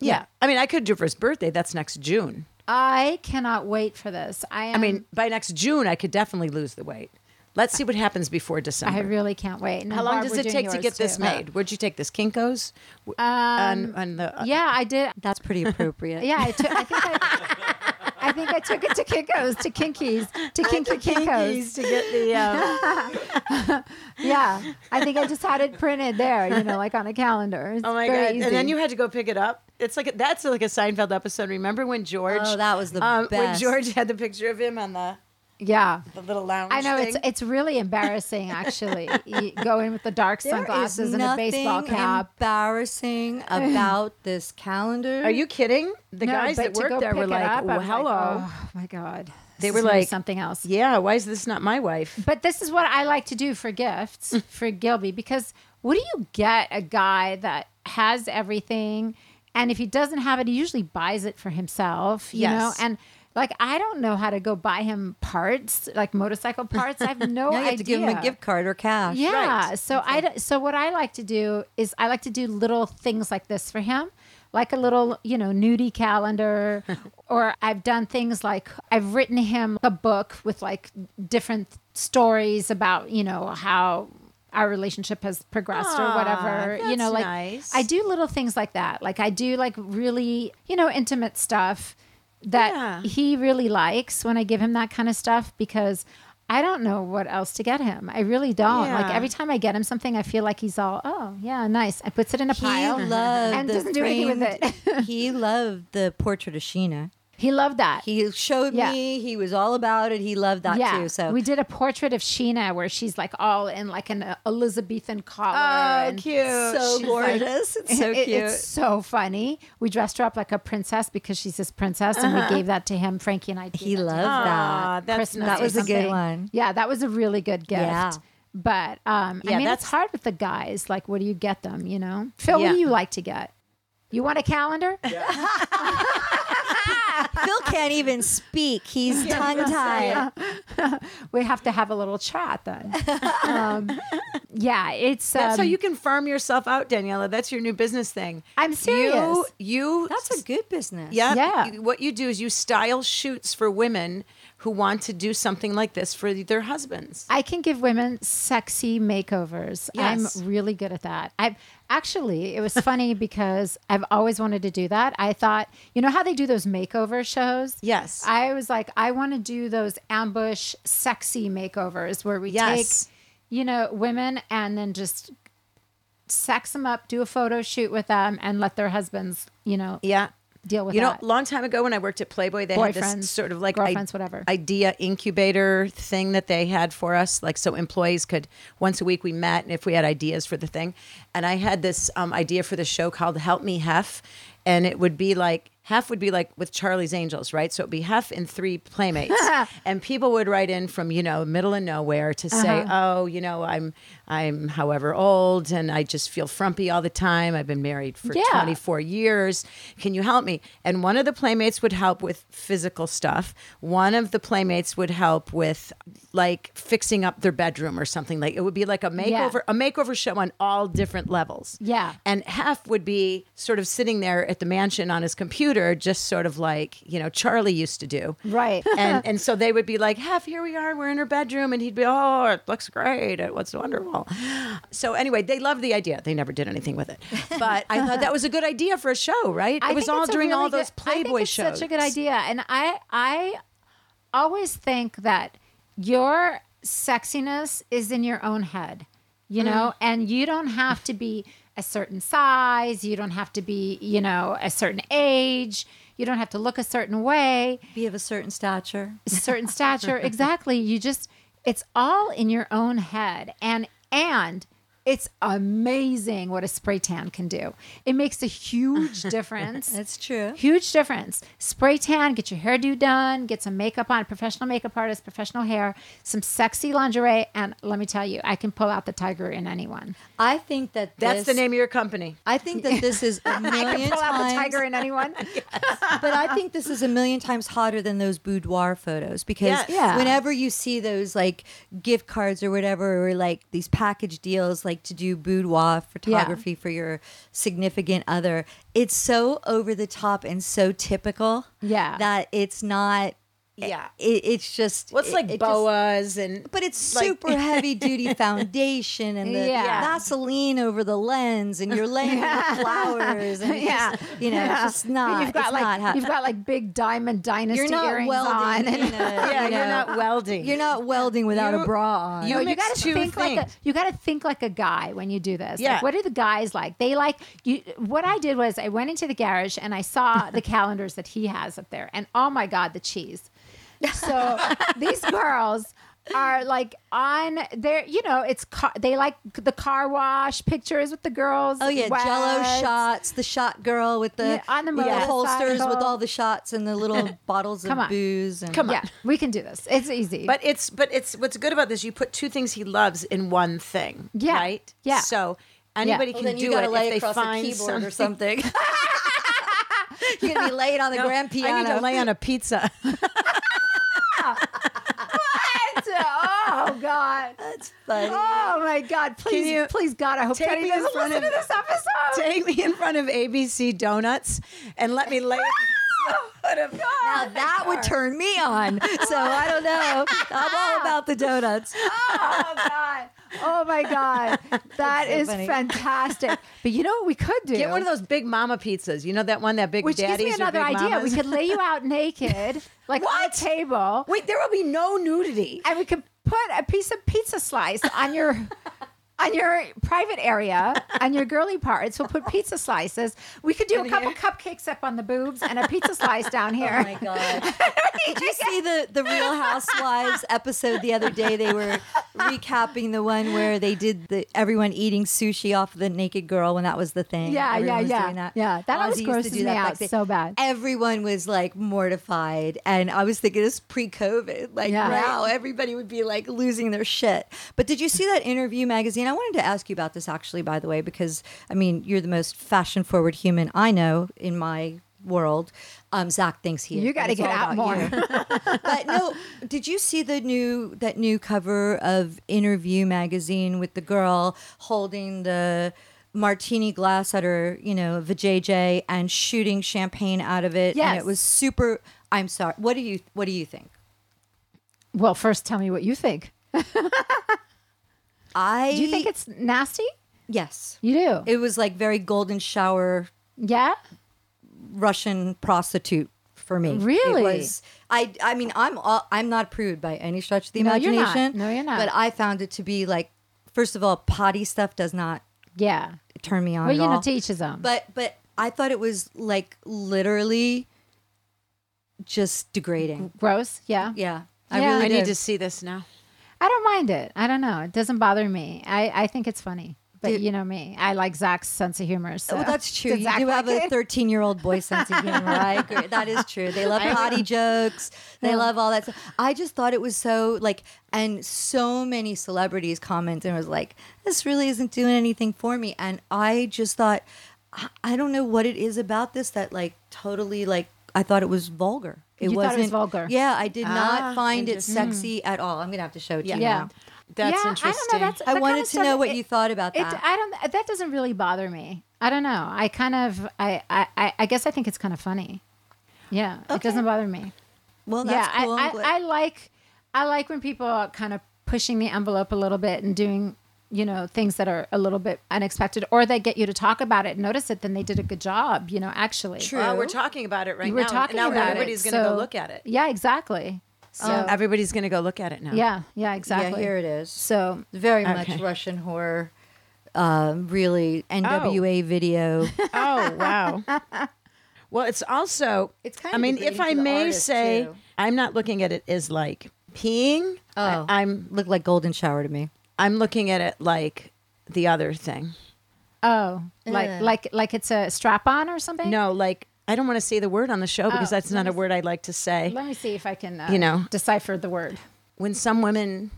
Speaker 3: yeah. I mean, I could do it for his birthday. That's next June.
Speaker 1: I cannot wait for this. I am,
Speaker 3: I mean, by next June, I could definitely lose the weight. Let's see what happens before December.
Speaker 1: I really can't wait. And
Speaker 3: How long
Speaker 1: Barb,
Speaker 3: does
Speaker 1: we're
Speaker 3: it
Speaker 1: doing
Speaker 3: take to
Speaker 1: yours,
Speaker 3: get this
Speaker 1: too. Um,
Speaker 3: made? uh, Where'd you take this? Kinko's? W- on, on the,
Speaker 1: Yeah, I did.
Speaker 2: That's pretty appropriate.
Speaker 1: Yeah, I took. I think I, I think I took it to Kinko's, to Kinkies, to Kinky Kinko's.
Speaker 3: to get the. uh,
Speaker 1: Yeah, I think I just had it printed there, you know, like on a calendar. It's
Speaker 3: oh my
Speaker 1: very
Speaker 3: god!
Speaker 1: easy.
Speaker 3: And then you had to go pick it up. It's like a, that's like a Seinfeld episode. Remember when George? um,
Speaker 2: Oh, that was the
Speaker 3: When
Speaker 2: best.
Speaker 3: George had the picture of him on the,
Speaker 1: yeah.
Speaker 3: the little lounge.
Speaker 1: I know it's
Speaker 3: thing.
Speaker 1: it's really embarrassing actually. you go in with the dark
Speaker 2: There is
Speaker 1: sunglasses and a baseball
Speaker 2: nothing
Speaker 1: cap.
Speaker 2: Embarrassing about this calendar.
Speaker 3: Are you kidding? The
Speaker 1: No,
Speaker 3: guys
Speaker 1: but
Speaker 3: that
Speaker 1: to
Speaker 3: worked
Speaker 1: go
Speaker 3: there were
Speaker 1: pick it
Speaker 3: like,
Speaker 1: up, I'm
Speaker 3: well,
Speaker 1: like,
Speaker 3: "Hello."
Speaker 1: oh my god.
Speaker 3: They
Speaker 1: This
Speaker 3: were
Speaker 1: is gonna be
Speaker 3: like-
Speaker 1: something else.
Speaker 3: Yeah, why is this not my wife?
Speaker 1: But this is what I like to do for
Speaker 3: Mm.
Speaker 1: gifts for Gilby because what do you get a guy that has everything and if he doesn't have it, he usually buys it for himself, you
Speaker 3: Yes.
Speaker 1: know? And Like I don't know how to go buy him parts, like motorcycle parts. I have no
Speaker 2: now you
Speaker 1: idea.
Speaker 2: have to give him a gift card or cash.
Speaker 1: Yeah. So I d- so what I like to do is I like to do little things like this for him, like a little you know nudie calendar, or I've done things like I've written him a book with like different stories about you know how our relationship has progressed or whatever. you know,
Speaker 3: that's
Speaker 1: like
Speaker 3: nice.
Speaker 1: I do little things like that. Like I do like really you know intimate stuff that
Speaker 3: Yeah.
Speaker 1: he really likes when I give him that kind of stuff because I don't know what else to get him. I really don't. Like
Speaker 3: Yeah.
Speaker 1: every time I get him something, I feel like he's all, oh yeah, nice. I puts it in a
Speaker 2: He
Speaker 1: pile
Speaker 2: loved
Speaker 1: and
Speaker 2: the
Speaker 1: doesn't do anything with it.
Speaker 2: framed- he loved the portrait of Sheena.
Speaker 1: he loved that.
Speaker 2: He showed
Speaker 1: Yeah.
Speaker 2: me. He was all about it. He loved that
Speaker 1: yeah,
Speaker 2: too. So
Speaker 1: we did a portrait of Sheena where she's like all in like an uh, Elizabethan collar.
Speaker 3: Oh,
Speaker 1: and
Speaker 3: cute.
Speaker 2: so gorgeous. it's so
Speaker 1: It-
Speaker 2: cute.
Speaker 1: It's so funny. We dressed her up like a princess because she's his princess, and we gave that to him. Frankie and I. gave
Speaker 2: Uh-huh. he
Speaker 1: that to
Speaker 2: loved
Speaker 1: him.
Speaker 3: Aw,
Speaker 2: that.
Speaker 3: that's
Speaker 1: Christmas. or
Speaker 3: nice.
Speaker 2: That was a good
Speaker 1: something.
Speaker 2: one.
Speaker 1: Yeah, that was a really good gift.
Speaker 2: Yeah.
Speaker 1: But um, I
Speaker 3: Yeah,
Speaker 1: mean,
Speaker 3: that's-
Speaker 1: it's hard with the guys. Like, what do you get them? You know, Phil, what
Speaker 3: Yeah.
Speaker 1: do you like to get? You want a calendar?
Speaker 2: Phil can't even speak. He's tongue tied.
Speaker 1: We have to have a little chat then. um, yeah, it's. Um,
Speaker 3: That's how you can farm yourself out, Daniela. That's your new business thing.
Speaker 1: I'm serious.
Speaker 3: You, you
Speaker 2: That's a good business.
Speaker 3: Yeah.
Speaker 1: Yeah.
Speaker 3: You- What you do is you style shoots for women who want to do something like this for their husbands.
Speaker 1: I can give women sexy makeovers.
Speaker 3: Yes.
Speaker 1: I'm really good at that. I actually it was funny because I've always wanted to do that. I thought, you know how they do those makeover shows?
Speaker 3: Yes.
Speaker 1: I was like, I want to do those ambush sexy makeovers where we
Speaker 3: Yes.
Speaker 1: take, you know, women and then just sex them up, do a photo shoot with them and let their husbands, you know,
Speaker 3: Yeah.
Speaker 1: deal with
Speaker 3: you know,
Speaker 1: that.
Speaker 3: long time ago when I worked at Playboy, they had
Speaker 1: Boyfriends,
Speaker 3: this sort of like i-
Speaker 1: girlfriends, whatever.
Speaker 3: idea incubator thing that they had for us. Like, so employees could once a week we met, and if we had ideas for the thing, and I had this um, idea for the show called "Help Me Hef," and it would be like Hef would be like with Charlie's Angels, right? So it'd be Hef and three playmates, and people would write in from you know middle of nowhere to say,
Speaker 1: Uh-huh.
Speaker 3: "Oh, you know, I'm I'm however old, and I just feel frumpy all the time. I've been married for
Speaker 1: Yeah.
Speaker 3: 24." for years. Can you help me? And one of the playmates would help with physical stuff. One of the playmates would help with like fixing up their bedroom or something. Like it would be like a makeover, a makeover show on all different levels.
Speaker 1: Yeah.
Speaker 3: And Hef would be sort of sitting there at the mansion on his computer, just sort of like, you know, Charlie used to do.
Speaker 1: Right.
Speaker 3: And and so they would be like, Hef, here we are, we're in her bedroom. And he'd be, Oh, it looks great. It was wonderful. So anyway, they loved the idea. They never did anything with it. But I thought that was a good idea for a show, right?
Speaker 1: I
Speaker 3: it was
Speaker 1: think
Speaker 3: all
Speaker 1: it's a
Speaker 3: during
Speaker 1: really
Speaker 3: all those
Speaker 1: good- I think
Speaker 3: Playboy
Speaker 1: it's
Speaker 3: shows.
Speaker 1: Such a good idea, and I I always think that your sexiness is in your own head, you
Speaker 3: Mm.
Speaker 1: know, and you don't have to be a certain size, you don't have to be, you know, a certain age, you don't have to look a certain way,
Speaker 2: Be of a certain stature.
Speaker 1: a certain stature. Exactly, you just it's all in your own head, and and. It's amazing what a spray tan can do. It makes a huge difference.
Speaker 2: That's true.
Speaker 1: Huge difference. Spray tan, get your hairdo done, get some makeup on, professional makeup artist, professional hair, some sexy lingerie, and let me tell you, I can pull out the tiger in anyone.
Speaker 2: I think that
Speaker 3: That's the
Speaker 2: this-
Speaker 3: name of your company.
Speaker 2: I think that this is a million
Speaker 1: Pull out the
Speaker 2: times
Speaker 1: tiger in anyone.
Speaker 2: but I think this is a million times hotter than those boudoir photos because
Speaker 3: Yes.
Speaker 1: Yeah.
Speaker 2: whenever you see those like gift cards or whatever, or like these package deals, like to do boudoir photography for your significant other, it's so over the top and so typical.
Speaker 1: Yeah.
Speaker 2: That it's not.
Speaker 3: Yeah.
Speaker 2: It, it's just.
Speaker 3: What's
Speaker 2: it-
Speaker 3: like
Speaker 2: it just-
Speaker 3: boas and
Speaker 2: but it's
Speaker 3: like-
Speaker 2: super heavy duty foundation and the
Speaker 1: Yeah.
Speaker 2: Vaseline over the lens, and you're laying out flowers, and yeah,
Speaker 1: Yeah.
Speaker 2: you know,
Speaker 1: Yeah.
Speaker 2: it's just not.
Speaker 1: you've got
Speaker 2: it's
Speaker 1: like
Speaker 2: not hap-
Speaker 1: you've got like big diamond dynasty
Speaker 2: you're not
Speaker 1: earrings on.
Speaker 2: welding.
Speaker 1: And,
Speaker 2: in a-
Speaker 3: yeah,
Speaker 2: you
Speaker 3: you're
Speaker 2: know,
Speaker 3: not welding.
Speaker 2: You're not welding without a
Speaker 3: You-
Speaker 2: bra on.
Speaker 3: you-
Speaker 1: no, you
Speaker 3: mix
Speaker 1: gotta
Speaker 3: two
Speaker 1: think like a,
Speaker 3: things.
Speaker 1: you gotta think like a guy when you do this.
Speaker 3: Yeah.
Speaker 1: Like, what do the guys like? They like you. What I did was I went into the garage and I saw the calendars that he has up there, and oh my god, the cheese. So these girls are like on their, you know, it's car, they like the car wash pictures with the girls.
Speaker 2: Oh yeah, Jello
Speaker 1: wet.
Speaker 2: shots. The shot girl with the
Speaker 1: Yeah, on the
Speaker 2: with the holsters
Speaker 1: motorcycle.
Speaker 2: with all the shots and the little bottles of
Speaker 1: Come on.
Speaker 2: booze. And
Speaker 3: Come on.
Speaker 1: Yeah, we can do this. It's easy.
Speaker 3: But it's but it's what's good about this. You put two things he loves in one thing.
Speaker 1: Yeah.
Speaker 3: Right.
Speaker 1: Yeah.
Speaker 3: So
Speaker 2: Yeah.
Speaker 3: anybody
Speaker 2: Well,
Speaker 3: can
Speaker 2: then
Speaker 3: do
Speaker 2: you gotta
Speaker 3: it
Speaker 2: lay
Speaker 3: if they
Speaker 2: across a
Speaker 3: find
Speaker 2: keyboard or
Speaker 3: something.
Speaker 2: something. You're gonna be laying on the grand piano.
Speaker 3: I need to lay on a pizza.
Speaker 1: oh God.
Speaker 2: That's funny.
Speaker 1: Oh my God. Please,
Speaker 3: you
Speaker 1: please God, I hope
Speaker 3: take
Speaker 1: Teddy
Speaker 3: me in
Speaker 1: doesn't
Speaker 3: front
Speaker 1: listen to
Speaker 3: of-
Speaker 1: this episode.
Speaker 3: Take me in front of ABC Donuts and let me lay.
Speaker 2: Now that would turn me on. So I don't know. I'm all about the donuts.
Speaker 1: oh God. Oh my God. That is
Speaker 2: funny.
Speaker 1: fantastic. But you know what we could do?
Speaker 3: Get one of those big mama pizzas. You know that one, that big
Speaker 1: Which gives
Speaker 3: daddy's
Speaker 1: me
Speaker 3: or
Speaker 1: another
Speaker 3: big
Speaker 1: idea. We
Speaker 3: mama's?
Speaker 1: could lay you out naked, like on a
Speaker 3: What?
Speaker 1: table,
Speaker 3: Wait, there will be no nudity.
Speaker 1: and we could put a piece of pizza slice on your on your private area, on your girly parts. We'll put pizza slices. We could do a couple cupcakes up on the boobs and a pizza slice down here.
Speaker 2: Oh my god! Did you see the the Real Housewives episode the other day? They were recapping the one where they did the everyone eating sushi off the naked girl when that was the thing.
Speaker 1: Yeah, yeah,
Speaker 2: Everyone was
Speaker 1: yeah.
Speaker 2: doing that.
Speaker 1: Yeah, that
Speaker 2: Ozzy
Speaker 1: always
Speaker 2: used
Speaker 1: grosses
Speaker 2: to do
Speaker 1: me
Speaker 2: that
Speaker 1: out
Speaker 2: back then.
Speaker 1: so bad.
Speaker 2: Everyone was like mortified, and I was thinking it's pre-COVID. Like
Speaker 1: Yeah.
Speaker 2: now, everybody would be like losing their shit. But did you see that interview magazine? I wanted to ask you about this actually, by the way, because I mean you're the most fashion-forward human I know in my world. Um, Zach thinks he is.
Speaker 1: You
Speaker 2: but
Speaker 1: gotta
Speaker 2: it's
Speaker 1: get
Speaker 2: all
Speaker 1: out
Speaker 2: about
Speaker 1: more.
Speaker 2: you but no, did you see the new that new cover of Interview magazine with the girl holding the martini glass at her, you know, vajayjay and shooting champagne out of it? and
Speaker 1: Yes.
Speaker 2: it was super. I'm sorry. What do you What do you think?
Speaker 1: Well, first tell me what you think.
Speaker 2: I
Speaker 1: Do you think it's nasty?
Speaker 2: yes?
Speaker 1: You do.
Speaker 2: It was like very golden shower
Speaker 1: yeah.
Speaker 2: Russian prostitute for me. It
Speaker 1: Really?
Speaker 2: was- I I mean I'm all, I'm not prude by any stretch of the
Speaker 1: No, you're
Speaker 2: imagination.
Speaker 1: not. No, you're not.
Speaker 2: But I found it to be like first of all potty stuff does not
Speaker 1: Yeah.
Speaker 2: turn me on
Speaker 1: Well,
Speaker 2: at
Speaker 1: you know,
Speaker 2: all.
Speaker 1: to each his own.
Speaker 2: but but I thought it was like literally just degrading.
Speaker 1: gross. Yeah.
Speaker 2: Yeah.
Speaker 1: Yeah.
Speaker 3: I
Speaker 1: I
Speaker 3: need
Speaker 2: did.
Speaker 3: to see this now.
Speaker 1: I don't mind it. I don't know. It doesn't bother me. I, I think it's funny. But you know me. I like Zach's sense of humor. So
Speaker 2: Well, Oh, that's true.
Speaker 1: Does
Speaker 2: You
Speaker 1: Zach
Speaker 2: do have
Speaker 1: like
Speaker 2: a
Speaker 1: it?
Speaker 2: 13 year old boy sense of humor. I agree. That is true. They love potty jokes. They love all that stuff. I just thought it was so like, and so many celebrities commented and was like, this really isn't doing anything for me. And I just thought, I- I don't know what it is about this that like totally like, I thought it was vulgar. It
Speaker 1: You thought it was
Speaker 2: wasn't
Speaker 1: vulgar.
Speaker 2: Yeah, I did
Speaker 3: Ah,
Speaker 2: not find it sexy at all. I'm gonna have to show it to you.
Speaker 1: Yeah.
Speaker 2: now.
Speaker 3: That's
Speaker 1: yeah,
Speaker 3: interesting.
Speaker 1: I don't know. That's,
Speaker 2: I
Speaker 1: that
Speaker 2: wanted
Speaker 1: kind of
Speaker 2: to
Speaker 1: stuff-
Speaker 2: know what you thought about that.
Speaker 1: I don't. That doesn't really bother me. I don't know. I kind of. I. I. I- I guess I think it's kind of funny. Yeah. It doesn't bother me.
Speaker 2: Well, that's
Speaker 1: yeah.
Speaker 2: cool. I'm um,
Speaker 1: I,
Speaker 2: glad-
Speaker 1: I. I like. I like when people are kind of pushing the envelope a little bit and doing, you know, things that are a little bit unexpected, or they get you to talk about it, notice it, then they did a good job. You know, actually.
Speaker 2: True.
Speaker 3: Well, we're talking about it right
Speaker 1: We're
Speaker 3: now.
Speaker 1: talking
Speaker 3: now
Speaker 1: about
Speaker 3: everybody's
Speaker 1: it.
Speaker 3: going to
Speaker 1: so-
Speaker 3: go look at it.
Speaker 1: Yeah. Exactly. So.
Speaker 3: everybody's going to go look at it now.
Speaker 1: yeah. Yeah. Exactly.
Speaker 2: Yeah, here it is.
Speaker 1: So
Speaker 2: very much
Speaker 3: Okay.
Speaker 2: Russian horror. Um, really, NWA video.
Speaker 3: Oh wow. well, it's also.
Speaker 2: It's kind
Speaker 3: I
Speaker 2: of
Speaker 3: mean,
Speaker 2: degrading
Speaker 3: if
Speaker 2: to
Speaker 3: I
Speaker 2: the
Speaker 3: may
Speaker 2: artist,
Speaker 3: say,
Speaker 2: too.
Speaker 3: I'm not looking at it as like peeing.
Speaker 2: Oh.
Speaker 3: I, am
Speaker 2: Looked like golden shower to me.
Speaker 3: I'm looking at it like the other thing.
Speaker 1: Oh, like like like it's a strap on or something.
Speaker 3: No, like I don't want to say the word on the show because that's not a word I like to say.
Speaker 1: Let me see if I can. Uh,
Speaker 3: You know.
Speaker 1: decipher the word.
Speaker 3: When some women,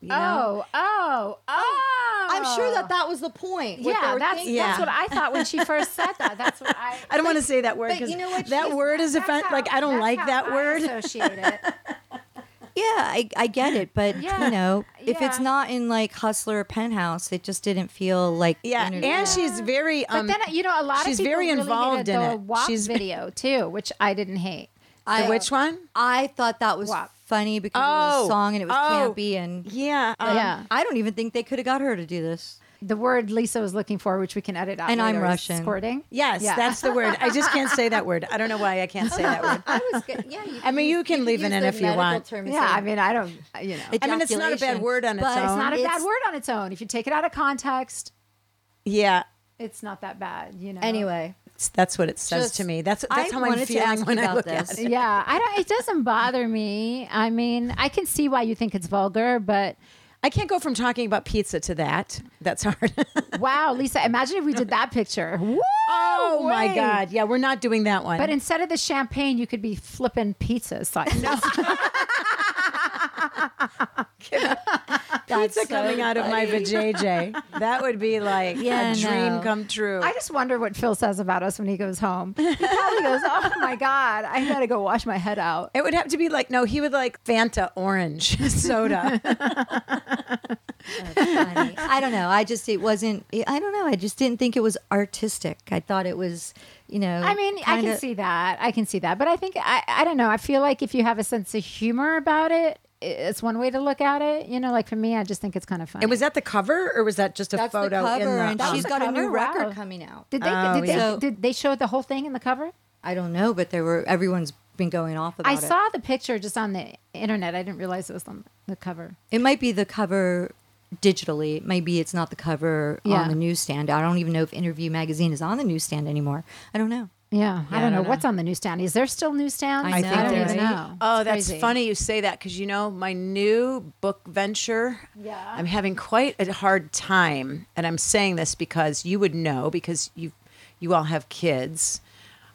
Speaker 3: you know,
Speaker 1: Oh, oh, oh!
Speaker 2: that was the point.
Speaker 1: yeah, that's
Speaker 3: Yeah.
Speaker 1: that's what I thought when she first said that. That's what I.
Speaker 3: I don't want to say that word
Speaker 2: But
Speaker 3: because
Speaker 2: you know what?
Speaker 3: that
Speaker 2: She's-
Speaker 3: word is
Speaker 1: that's
Speaker 3: offensive.
Speaker 1: how-
Speaker 3: Like I don't
Speaker 1: that's
Speaker 3: like
Speaker 1: how
Speaker 3: that
Speaker 1: I
Speaker 3: word.
Speaker 1: associate it.
Speaker 2: Yeah, I, I get it, but
Speaker 1: Yeah.
Speaker 2: you know, if
Speaker 1: Yeah.
Speaker 2: it's not in like Hustler or Penthouse, it just didn't feel like
Speaker 3: yeah,
Speaker 2: interview.
Speaker 3: and she's very.
Speaker 1: But
Speaker 3: Um,
Speaker 1: then you know a lot
Speaker 3: she's
Speaker 1: of people
Speaker 3: very
Speaker 1: really
Speaker 3: involved
Speaker 1: hated
Speaker 3: in
Speaker 1: the
Speaker 3: it.
Speaker 1: walk
Speaker 3: She's-
Speaker 1: video too, which I didn't hate.
Speaker 2: I,
Speaker 3: which one?
Speaker 2: I thought that was
Speaker 1: WAP.
Speaker 2: funny because it was
Speaker 3: Oh.
Speaker 2: a song and it was
Speaker 3: Oh.
Speaker 2: campy and
Speaker 3: Yeah. um,
Speaker 1: Yeah.
Speaker 2: I don't even think they could have got her to do this.
Speaker 1: The word Lisa was looking for, which we can edit out.
Speaker 2: And I'm
Speaker 1: later, is
Speaker 2: Russian.
Speaker 1: Squirting.
Speaker 3: Yes,
Speaker 1: Yeah.
Speaker 3: that's the word. I just can't say that word. I don't know why I can't say that word.
Speaker 2: I was good. Yeah, you
Speaker 3: I mean, you can leave it in if you want.
Speaker 1: Yeah, I mean, I don't. You know,
Speaker 3: I mean, it's not a bad word on its
Speaker 2: But it's
Speaker 3: own.
Speaker 1: it's not a bad
Speaker 2: it's-
Speaker 1: word on its own. If you take it out of context,
Speaker 3: Yeah,
Speaker 1: it's not that bad. You know.
Speaker 2: anyway.
Speaker 3: it's- that's what it says
Speaker 2: Just-
Speaker 3: to me. That's that's
Speaker 2: I
Speaker 3: how I'm
Speaker 2: wanted to ask
Speaker 3: feeling
Speaker 2: you
Speaker 3: when I
Speaker 2: about
Speaker 3: look
Speaker 2: this.
Speaker 3: at it.
Speaker 1: yeah, I don't. It doesn't bother me. I mean, I can see why you think it's vulgar, but
Speaker 3: I can't go from talking about pizza to that. That's hard.
Speaker 1: wow, Lisa, imagine if we did that picture. Woo!
Speaker 3: oh my
Speaker 1: way.
Speaker 3: god! Yeah, we're not doing that one.
Speaker 1: But instead of the champagne, you could be flipping pizza slices.
Speaker 2: That's
Speaker 3: Pizza coming out of my vajayjay. That would be like
Speaker 2: Yeah,
Speaker 3: a dream
Speaker 2: no.
Speaker 3: come true.
Speaker 1: I just wonder what Phil says about us when he goes home. He probably goes, "Oh my god, I gotta go wash my head out."
Speaker 3: it would have to be like no, he would like Fanta orange soda.
Speaker 2: funny. I don't know. I just it wasn't. I don't know. I just didn't think it was artistic. I thought it was, you know.
Speaker 1: I mean, I
Speaker 2: kinda-
Speaker 1: can see that. I can see that. But I think I, I don't know. I feel like if you have a sense of humor about it, i- it's one way to look at it. You know, like for me, I just think it's kind of funny.
Speaker 3: and was that the cover or was that just a
Speaker 2: That's the
Speaker 3: photo
Speaker 2: cover,
Speaker 3: in the
Speaker 2: and
Speaker 3: um,
Speaker 2: she's
Speaker 1: the
Speaker 2: got a new
Speaker 1: cover?
Speaker 2: record
Speaker 1: Wow.
Speaker 2: coming out.
Speaker 1: did they
Speaker 3: Oh,
Speaker 1: did they
Speaker 2: yeah.
Speaker 1: did they show the whole thing in the cover?
Speaker 2: I don't know, but there were everyone's been going off about
Speaker 1: I
Speaker 2: it.
Speaker 1: saw the picture just on the internet. I didn't realize it was on the cover.
Speaker 2: It might be the cover digitally. Maybe it's not the cover
Speaker 1: Yeah.
Speaker 2: on the newsstand. I don't even know if Interview Magazine is on the newsstand anymore. I don't know.
Speaker 1: Yeah, I don't know what's on the newsstand. Is there still newsstands?
Speaker 2: I know,
Speaker 1: I don't
Speaker 2: there
Speaker 1: even
Speaker 2: is.
Speaker 1: know.
Speaker 3: Oh,
Speaker 1: It's
Speaker 3: that's
Speaker 1: crazy.
Speaker 3: funny you say that because you know my new book venture.
Speaker 1: Yeah.
Speaker 3: I'm having quite a hard time, and I'm saying this because you would know because you, you all have kids.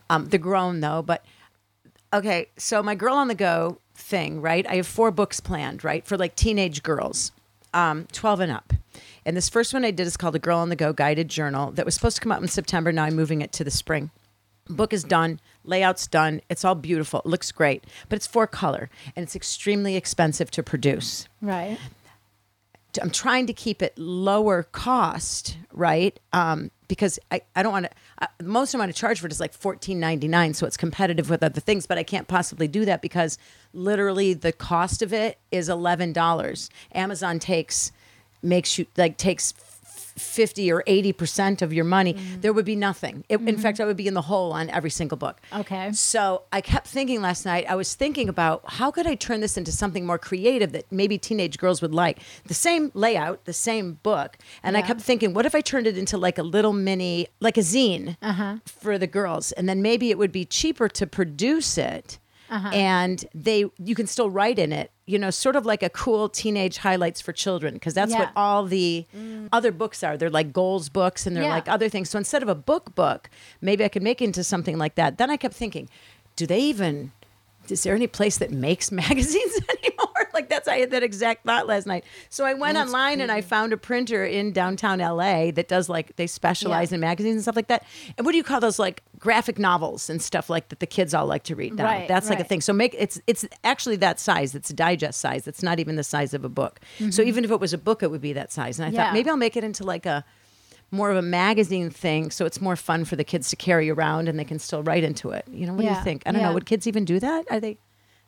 Speaker 3: Um, they're grown though, but okay. So my girl on the go thing, right? I have four books planned, right, for like teenage girls, um, 12 and up. And this first one I did is called A Girl on the Go Guided Journal that was supposed to come out in September. Now I'm moving it to the spring book is done layout's done it's all beautiful it looks great but it's four color and it's extremely expensive to produce
Speaker 1: Right.
Speaker 3: t- I'm trying to keep it lower cost, right? Um, because I, I don't want to. The most I want to charge for it is like fourteen ninety nine, so it's competitive with other things. But I can't possibly do that because literally the cost of it is eleven dollars. Amazon takes makes you like takes. f- 50 or 80% of your money, there would be nothing. It, In fact, I would be in the hole on every single book.
Speaker 1: Okay.
Speaker 3: So I kept thinking last night, I was thinking about how could I turn this into something more creative that maybe teenage girls would like? The same layout, the same book. And I
Speaker 1: Yeah.
Speaker 3: kept thinking, what if I turned it into like a little mini, like a zine
Speaker 1: Uh-huh.
Speaker 3: for the girls? And then maybe it would be cheaper to produce it.
Speaker 1: Uh-huh.
Speaker 3: And they, you can still write in it, you know, sort of like a cool teenage highlights for children, because that's what
Speaker 1: Yeah. Mm.
Speaker 3: all the other books are. They're like goals books, and they're
Speaker 1: Yeah.
Speaker 3: like other things. So instead of a book book, maybe I could make it into something like that. Then I kept thinking, do they even is there any place that makes magazines anymore? like that's I had that exact thought last night. So I went online and I found a printer in downtown LA that does like they specialize
Speaker 1: Yeah.
Speaker 3: in magazines and stuff like that. And what do you call those like graphic novels and stuff like that the kids all like to read now?
Speaker 1: Right,
Speaker 3: that's like a
Speaker 1: right.
Speaker 3: thing. So make it's it's actually that size. It's a digest size. It's not even the size of a book. So even if it was a book, it would be that size. And I
Speaker 1: Mm-hmm. Yeah.
Speaker 3: thought maybe I'll make it into like a more of a magazine thing, so it's more fun for the kids to carry around and they can still write into it. You know, what do
Speaker 1: Yeah,
Speaker 3: you think? I don't
Speaker 1: yeah.
Speaker 3: know. Would kids even do that? Are they?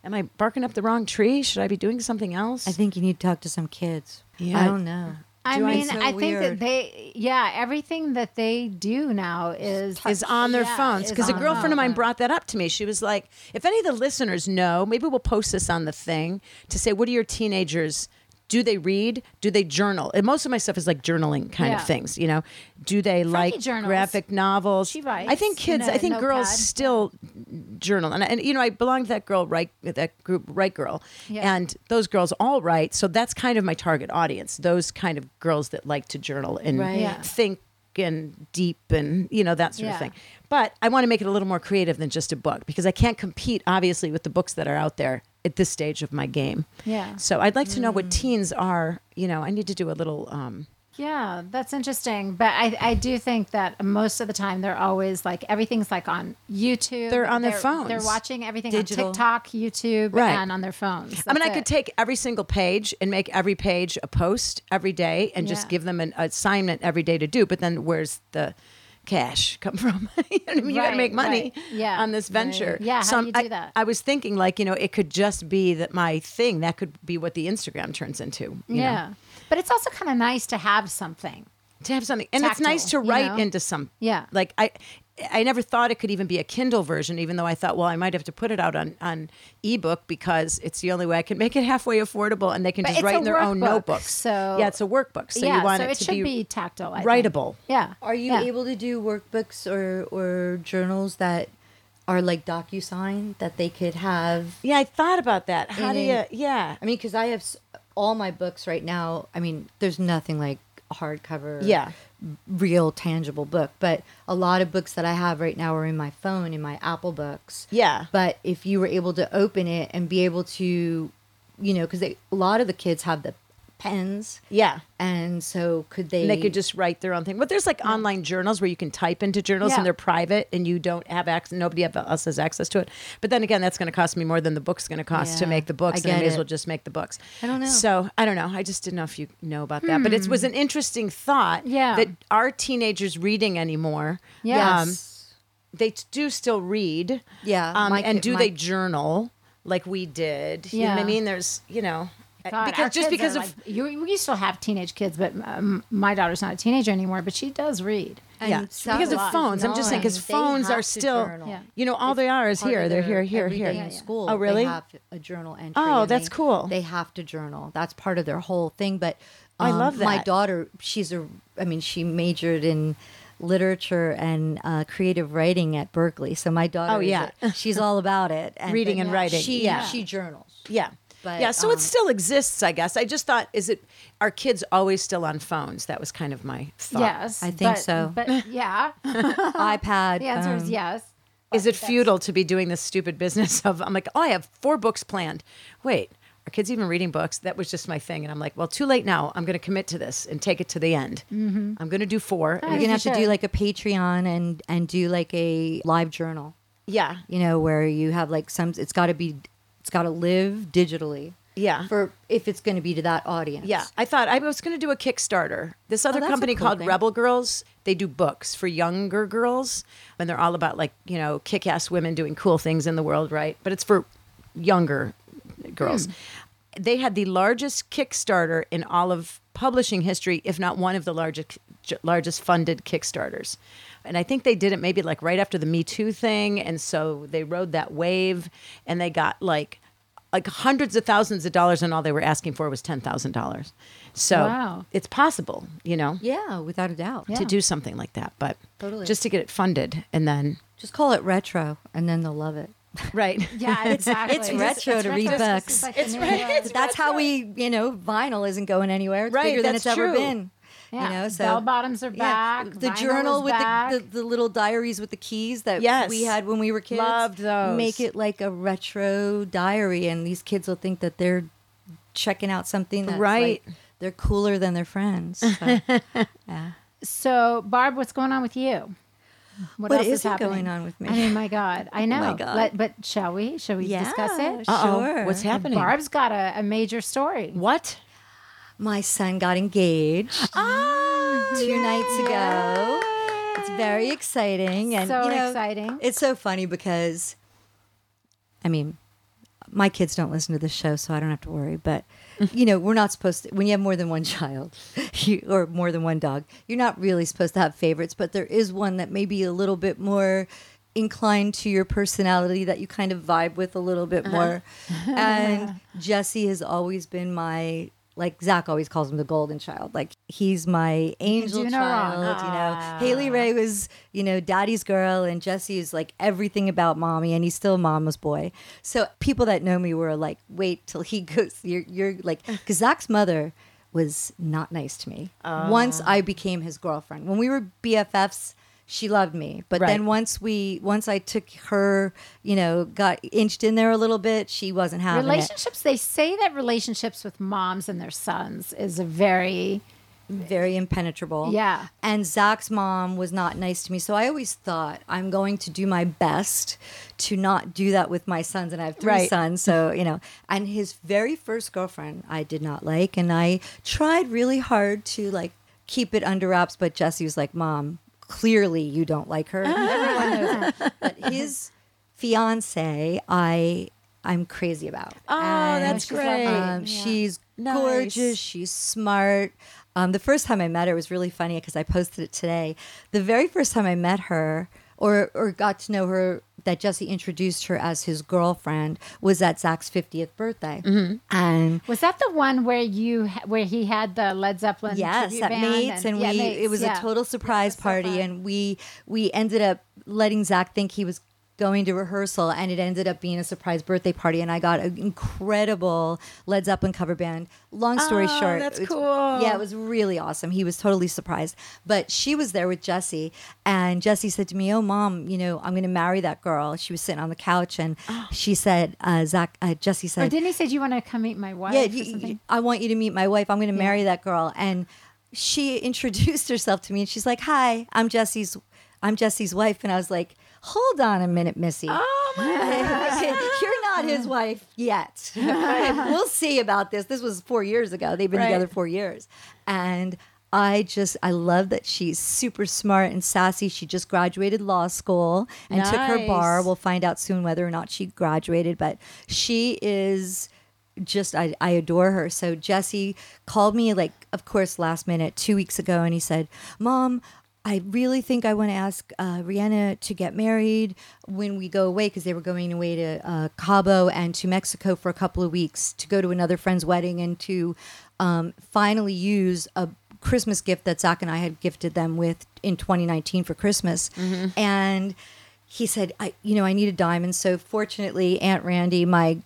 Speaker 3: Am I barking up the wrong tree? Should I be doing something else?
Speaker 2: I think you need to talk to some kids.
Speaker 3: Yeah.
Speaker 2: I don't know.
Speaker 1: I
Speaker 2: Doing
Speaker 1: mean,
Speaker 2: so
Speaker 1: I think that
Speaker 2: weird.
Speaker 1: they, yeah, everything that they do now is
Speaker 3: is on their
Speaker 1: yeah,
Speaker 3: phones
Speaker 1: is
Speaker 3: because a
Speaker 1: on
Speaker 3: girlfriend of
Speaker 1: phone.
Speaker 3: mine brought that up to me. She was like, "If any of the listeners know, maybe we'll post this on the thing to say, what do your teenagers? Do they read? Do they journal? And most of my stuff is like journaling kind
Speaker 1: Yeah.
Speaker 3: of things, you know. Do they like
Speaker 1: journals.
Speaker 3: graphic novels?
Speaker 1: She writes
Speaker 3: I think
Speaker 1: in
Speaker 3: kids.
Speaker 1: a
Speaker 3: I think girls
Speaker 1: notepad.
Speaker 3: still journal, and, and you know, I belong to that girl right that group right girl,
Speaker 1: Yeah.
Speaker 3: and those girls all write. So that's kind of my target audience. Those kind of girls that like to journal and
Speaker 2: Right.
Speaker 1: Yeah.
Speaker 3: think and deep and you know that sort
Speaker 1: Yeah.
Speaker 3: of thing. But I want to make it a little more creative than just a book because I can't compete obviously with the books that are out there at this stage of my game.
Speaker 1: Yeah. Mm.
Speaker 3: So I'd like to know what teens are. You know, I need to do a little. Um,
Speaker 1: Yeah, that's interesting. But I, I do think that most of the time they're always like everything's like on YouTube.
Speaker 3: They're on their
Speaker 1: They're
Speaker 3: phones.
Speaker 1: watching everything
Speaker 2: Digital.
Speaker 1: on TikTok, YouTube,
Speaker 3: Right.
Speaker 1: and on their phones.
Speaker 3: I mean,
Speaker 1: That's
Speaker 3: I could
Speaker 1: it.
Speaker 3: take every single page and make every page a post every day and
Speaker 1: Yeah.
Speaker 3: just give them an assignment every day to do. But then where's the cash come from? you know what I mean? You got
Speaker 1: Right,
Speaker 3: to make money
Speaker 1: right. Yeah.
Speaker 3: on this venture.
Speaker 1: Yeah, how
Speaker 3: so
Speaker 1: do
Speaker 3: I'm-
Speaker 1: you do
Speaker 3: I-
Speaker 1: that?
Speaker 3: I, was thinking, like, you know, it could just be that my thing, that could be what the Instagram turns into. you know?
Speaker 1: Yeah, but it's also kind of nice to have something.
Speaker 3: to have something and
Speaker 1: Tactile,
Speaker 3: it's nice to
Speaker 1: you
Speaker 3: write
Speaker 1: know?
Speaker 3: into some
Speaker 1: Yeah.
Speaker 3: like i i never thought it could even be a kindle version even though i thought well i might have to put it out on on ebook because it's the only way i can make it halfway affordable and they can
Speaker 1: But
Speaker 3: just
Speaker 1: it's
Speaker 3: write
Speaker 1: a
Speaker 3: in their own
Speaker 1: workbook,
Speaker 3: notebooks
Speaker 1: so-
Speaker 3: yeah it's a workbook so
Speaker 1: yeah,
Speaker 3: you want
Speaker 1: so
Speaker 3: it, to
Speaker 1: should be, tactile, I think.
Speaker 3: writable.
Speaker 1: Yeah.
Speaker 2: Are you
Speaker 1: Yeah.
Speaker 2: able to do workbooks or or journals that are like DocuSign that they could have?
Speaker 3: yeah i thought about that how do you
Speaker 2: Mhm.
Speaker 3: yeah
Speaker 2: I mean, because I have s- all my books right now. I mean, there's nothing like hardcover.
Speaker 3: Yeah.
Speaker 2: Real tangible book, but a lot of books that I have right now are in my phone in my Apple Books.
Speaker 3: Yeah.
Speaker 2: But if you were able to open it and be able to you know, because a lot of the kids have the pens.
Speaker 3: Yeah.
Speaker 2: And so could they?
Speaker 3: And they could just write their own thing. But there's like online journals where you can type into journals
Speaker 2: Yeah.
Speaker 3: and they're private and you don't have access. Nobody have, else has access to it. But then again, that's going to cost me more than the book's going to cost to
Speaker 2: Yeah,
Speaker 3: make the books.
Speaker 2: I
Speaker 3: and I may
Speaker 2: get
Speaker 3: as
Speaker 2: it.
Speaker 3: well just make the books.
Speaker 2: I don't know. Hmm.
Speaker 3: So I don't know. I just didn't know if you know about that. But it was an interesting thought
Speaker 1: Yeah.
Speaker 3: that are teenagers reading anymore? um,
Speaker 1: Yes.
Speaker 3: they t- do still read.
Speaker 2: Yeah,
Speaker 3: Um,
Speaker 2: my
Speaker 3: and
Speaker 2: kid-
Speaker 3: do
Speaker 2: my-
Speaker 3: they journal like we did? You know what
Speaker 1: Yeah.
Speaker 3: I mean, there's, you know,
Speaker 1: God, our
Speaker 3: Uh, because,
Speaker 1: kids
Speaker 3: just because
Speaker 1: are
Speaker 3: of.
Speaker 1: like- you, you still have teenage kids, but um, my daughter's not a teenager anymore. But she does read.
Speaker 2: And
Speaker 3: yeah,
Speaker 2: some
Speaker 3: because of
Speaker 2: lot-
Speaker 3: phones. I'm just saying, because
Speaker 2: They
Speaker 3: phones
Speaker 2: have
Speaker 3: are
Speaker 2: to
Speaker 3: still,
Speaker 2: journal.
Speaker 1: Yeah.
Speaker 3: you know, all they are is
Speaker 2: part
Speaker 3: here,
Speaker 2: of
Speaker 3: they're here,
Speaker 2: their
Speaker 3: here,
Speaker 2: every
Speaker 3: here.
Speaker 2: day in school.
Speaker 3: Oh, really?
Speaker 2: They have a journal entry.
Speaker 3: Oh,
Speaker 2: and
Speaker 3: that's
Speaker 2: they-
Speaker 3: cool.
Speaker 2: They have to journal. That's part of their whole thing. But
Speaker 3: I
Speaker 2: um,
Speaker 3: love
Speaker 2: My
Speaker 3: that.
Speaker 2: daughter, she's a. I mean, she majored in literature and uh, creative writing at Berkeley. So my daughter,
Speaker 3: Oh,
Speaker 2: is
Speaker 3: yeah.
Speaker 2: a- she's all about it. And,
Speaker 3: Reading
Speaker 2: but
Speaker 3: and writing.
Speaker 2: She
Speaker 3: Yeah.
Speaker 2: she journals.
Speaker 3: yeah.
Speaker 2: But,
Speaker 3: yeah, so
Speaker 2: um,
Speaker 3: it still exists, I guess. I just thought, is it, are kids always still on phones? That was kind of my thought.
Speaker 1: Yes,
Speaker 2: I think
Speaker 1: but-
Speaker 2: so.
Speaker 1: But yeah,
Speaker 2: iPad. um,
Speaker 1: the answer is
Speaker 2: phone.
Speaker 1: yes.
Speaker 3: Is it futile to be doing this stupid business of, I'm like, oh, I have four books planned. Wait, are kids even reading books? That was just my thing. And I'm like, well, too late now. I'm going to commit to this and take it to the end. Mm-hmm. I'm going to do four.
Speaker 2: You're
Speaker 3: And-
Speaker 2: gonna have
Speaker 1: you
Speaker 2: to do
Speaker 1: should.
Speaker 2: like a Patreon and and do like a live journal.
Speaker 3: yeah.
Speaker 2: you know, where you have like some, it's got to be, it's got to live digitally.
Speaker 3: Yeah.
Speaker 2: For if it's going to be to that audience.
Speaker 3: Yeah, I thought I was going to do a Kickstarter. This other
Speaker 2: Oh, that's a
Speaker 3: company
Speaker 2: cool
Speaker 3: called
Speaker 2: thing.
Speaker 3: Rebel Girls, they do books for younger girls, and they're all about like, you know, kick ass women doing cool things in the world, right? But it's for younger girls. They had the largest Kickstarter in all of publishing history, if not one of the largest largest funded Kickstarters. And I think they did it maybe like right after the Me Too thing, and so they rode that wave and they got like like hundreds of thousands of dollars and all they were asking for was $10,000. So
Speaker 1: Wow.
Speaker 3: it's possible, you know,
Speaker 2: Yeah, without a doubt.
Speaker 3: to do something like that, but
Speaker 2: Totally.
Speaker 3: just to get it funded and then
Speaker 2: Just call it retro and then they'll love it.
Speaker 3: right.
Speaker 1: Yeah, exactly.
Speaker 2: It's retro to read
Speaker 1: It's,
Speaker 2: books.
Speaker 1: like the new world.
Speaker 2: But that's how we, you know, vinyl isn't going anywhere. It's
Speaker 3: Right,
Speaker 2: bigger than it's
Speaker 3: that's
Speaker 2: ever
Speaker 3: true.
Speaker 2: been.
Speaker 1: Yeah,
Speaker 2: You know, so
Speaker 1: bell bottoms are
Speaker 2: Yeah,
Speaker 1: back.
Speaker 2: The
Speaker 1: vinyl
Speaker 2: journal
Speaker 1: is
Speaker 2: with
Speaker 1: back.
Speaker 2: the, the, the little diaries with the keys that
Speaker 3: Yes.
Speaker 2: we had when we were kids.
Speaker 3: Loved those.
Speaker 2: Make it like a retro diary, and these kids will think that they're checking out something that's
Speaker 3: Right.
Speaker 2: like, they're cooler than their friends. So, yeah.
Speaker 1: So, Barb, what's going on with you?
Speaker 2: What
Speaker 1: else
Speaker 2: isn't
Speaker 1: happening?
Speaker 2: going on with me?
Speaker 1: I mean, my God, I know.
Speaker 2: God.
Speaker 1: Let- but shall we? Shall we discuss it?
Speaker 3: Oh Uh-oh,
Speaker 2: Sure.
Speaker 3: Oh, What's happening?
Speaker 1: Barb's got a, a major story.
Speaker 3: What?
Speaker 2: My son got engaged
Speaker 1: Ah,
Speaker 2: two nights ago. It's very exciting, and
Speaker 1: So
Speaker 2: you know,
Speaker 1: exciting.
Speaker 2: It's so funny because, I mean, my kids don't listen to this show, so I don't have to worry. But you know, we're not supposed to. When you have more than one child, you, or more than one dog, you're not really supposed to have favorites. But there is one that may be a little bit more inclined to your personality that you kind of vibe with a little bit
Speaker 1: Uh-huh.
Speaker 2: more. and Jesse has always been my. Like Zach always calls him the golden child. Like he's my angel
Speaker 1: do no wrong.
Speaker 2: child. You know, Haley Ray was, you know, daddy's girl, and Jesse is like everything about mommy, and he's still mama's boy. So people that know me were like, wait till he goes. You're, you're like, because Zach's mother was not nice to me. Once I became his girlfriend, when we were BFFs, she loved me. But
Speaker 3: Right.
Speaker 2: then once we, once I took her, you know, got inched in there a little bit, she wasn't having it.
Speaker 1: Relationships, they say that relationships with moms and their sons is a very,
Speaker 2: very impenetrable.
Speaker 1: Yeah.
Speaker 2: And Zach's mom was not nice to me. So I always thought I'm going to do my best to not do that with my sons. And I have three
Speaker 3: Right.
Speaker 2: sons. So, you know, and his very first girlfriend I did not like. And I tried really hard to like keep it under wraps. But Jesse was like, Mom, clearly you don't like her. Everyone knows it. But his fiance, I. I'm crazy about. Oh,
Speaker 3: that's great.
Speaker 2: Um, She's
Speaker 3: Nice.
Speaker 2: gorgeous. She's smart. Um, the first time I met her was really funny because I posted it today. The very first time I met her or or got to know her that Jesse introduced her as his girlfriend was at Zach's 50th birthday.
Speaker 3: Mm-hmm.
Speaker 2: And
Speaker 1: was that the one where you, ha- where he had the Led Zeppelin
Speaker 2: yes,
Speaker 1: tribute
Speaker 2: at
Speaker 1: band
Speaker 2: Mates and,
Speaker 1: yeah,
Speaker 2: we
Speaker 1: Mates,
Speaker 2: it was
Speaker 1: yeah.
Speaker 2: a total surprise party and we we ended up letting Zach think he was going to rehearsal and it ended up being a surprise birthday party and I got an incredible Led Zeppelin cover band. Long story
Speaker 3: Oh,
Speaker 2: short.
Speaker 3: that's
Speaker 2: it was-
Speaker 3: cool.
Speaker 2: Yeah, it was really awesome. He was totally surprised. But she was there with Jesse and Jesse said to me, Oh mom, you know, I'm gonna marry that girl. She was sitting on the couch and she said, uh, Zach uh, Jesse
Speaker 1: Or
Speaker 2: said
Speaker 1: didn't he say, "Do you want to come meet my wife?"
Speaker 2: yeah,
Speaker 1: or
Speaker 2: you-
Speaker 1: something?
Speaker 2: you- I want you to meet my wife. I'm going to marry that girl. And she introduced herself to me, and she's like, "Hi, I'm Jesse's, I'm Jesse's wife." And I was like, "Hold on a minute, Missy. Oh my, you're not his wife yet. we'll see about this. This was four years ago. They've been
Speaker 3: Right.
Speaker 2: together four years, and." I just I love that she's super smart and sassy. She just graduated law school and took her bar.
Speaker 3: Nice.
Speaker 2: We'll find out soon whether or not she graduated, but she is just I, I adore her. So Jesse called me like of course last minute two weeks ago and he said, Mom, I really think I want to ask uh, Rihanna to get married when we go away because they were going away to uh, Cabo and to Mexico for a couple of weeks to go to another friend's wedding and to um, finally use a Christmas gift that Zach and I had gifted them with in 2019 for Christmas. And he said, I, you know, I need a diamond. So fortunately, Aunt Randy, my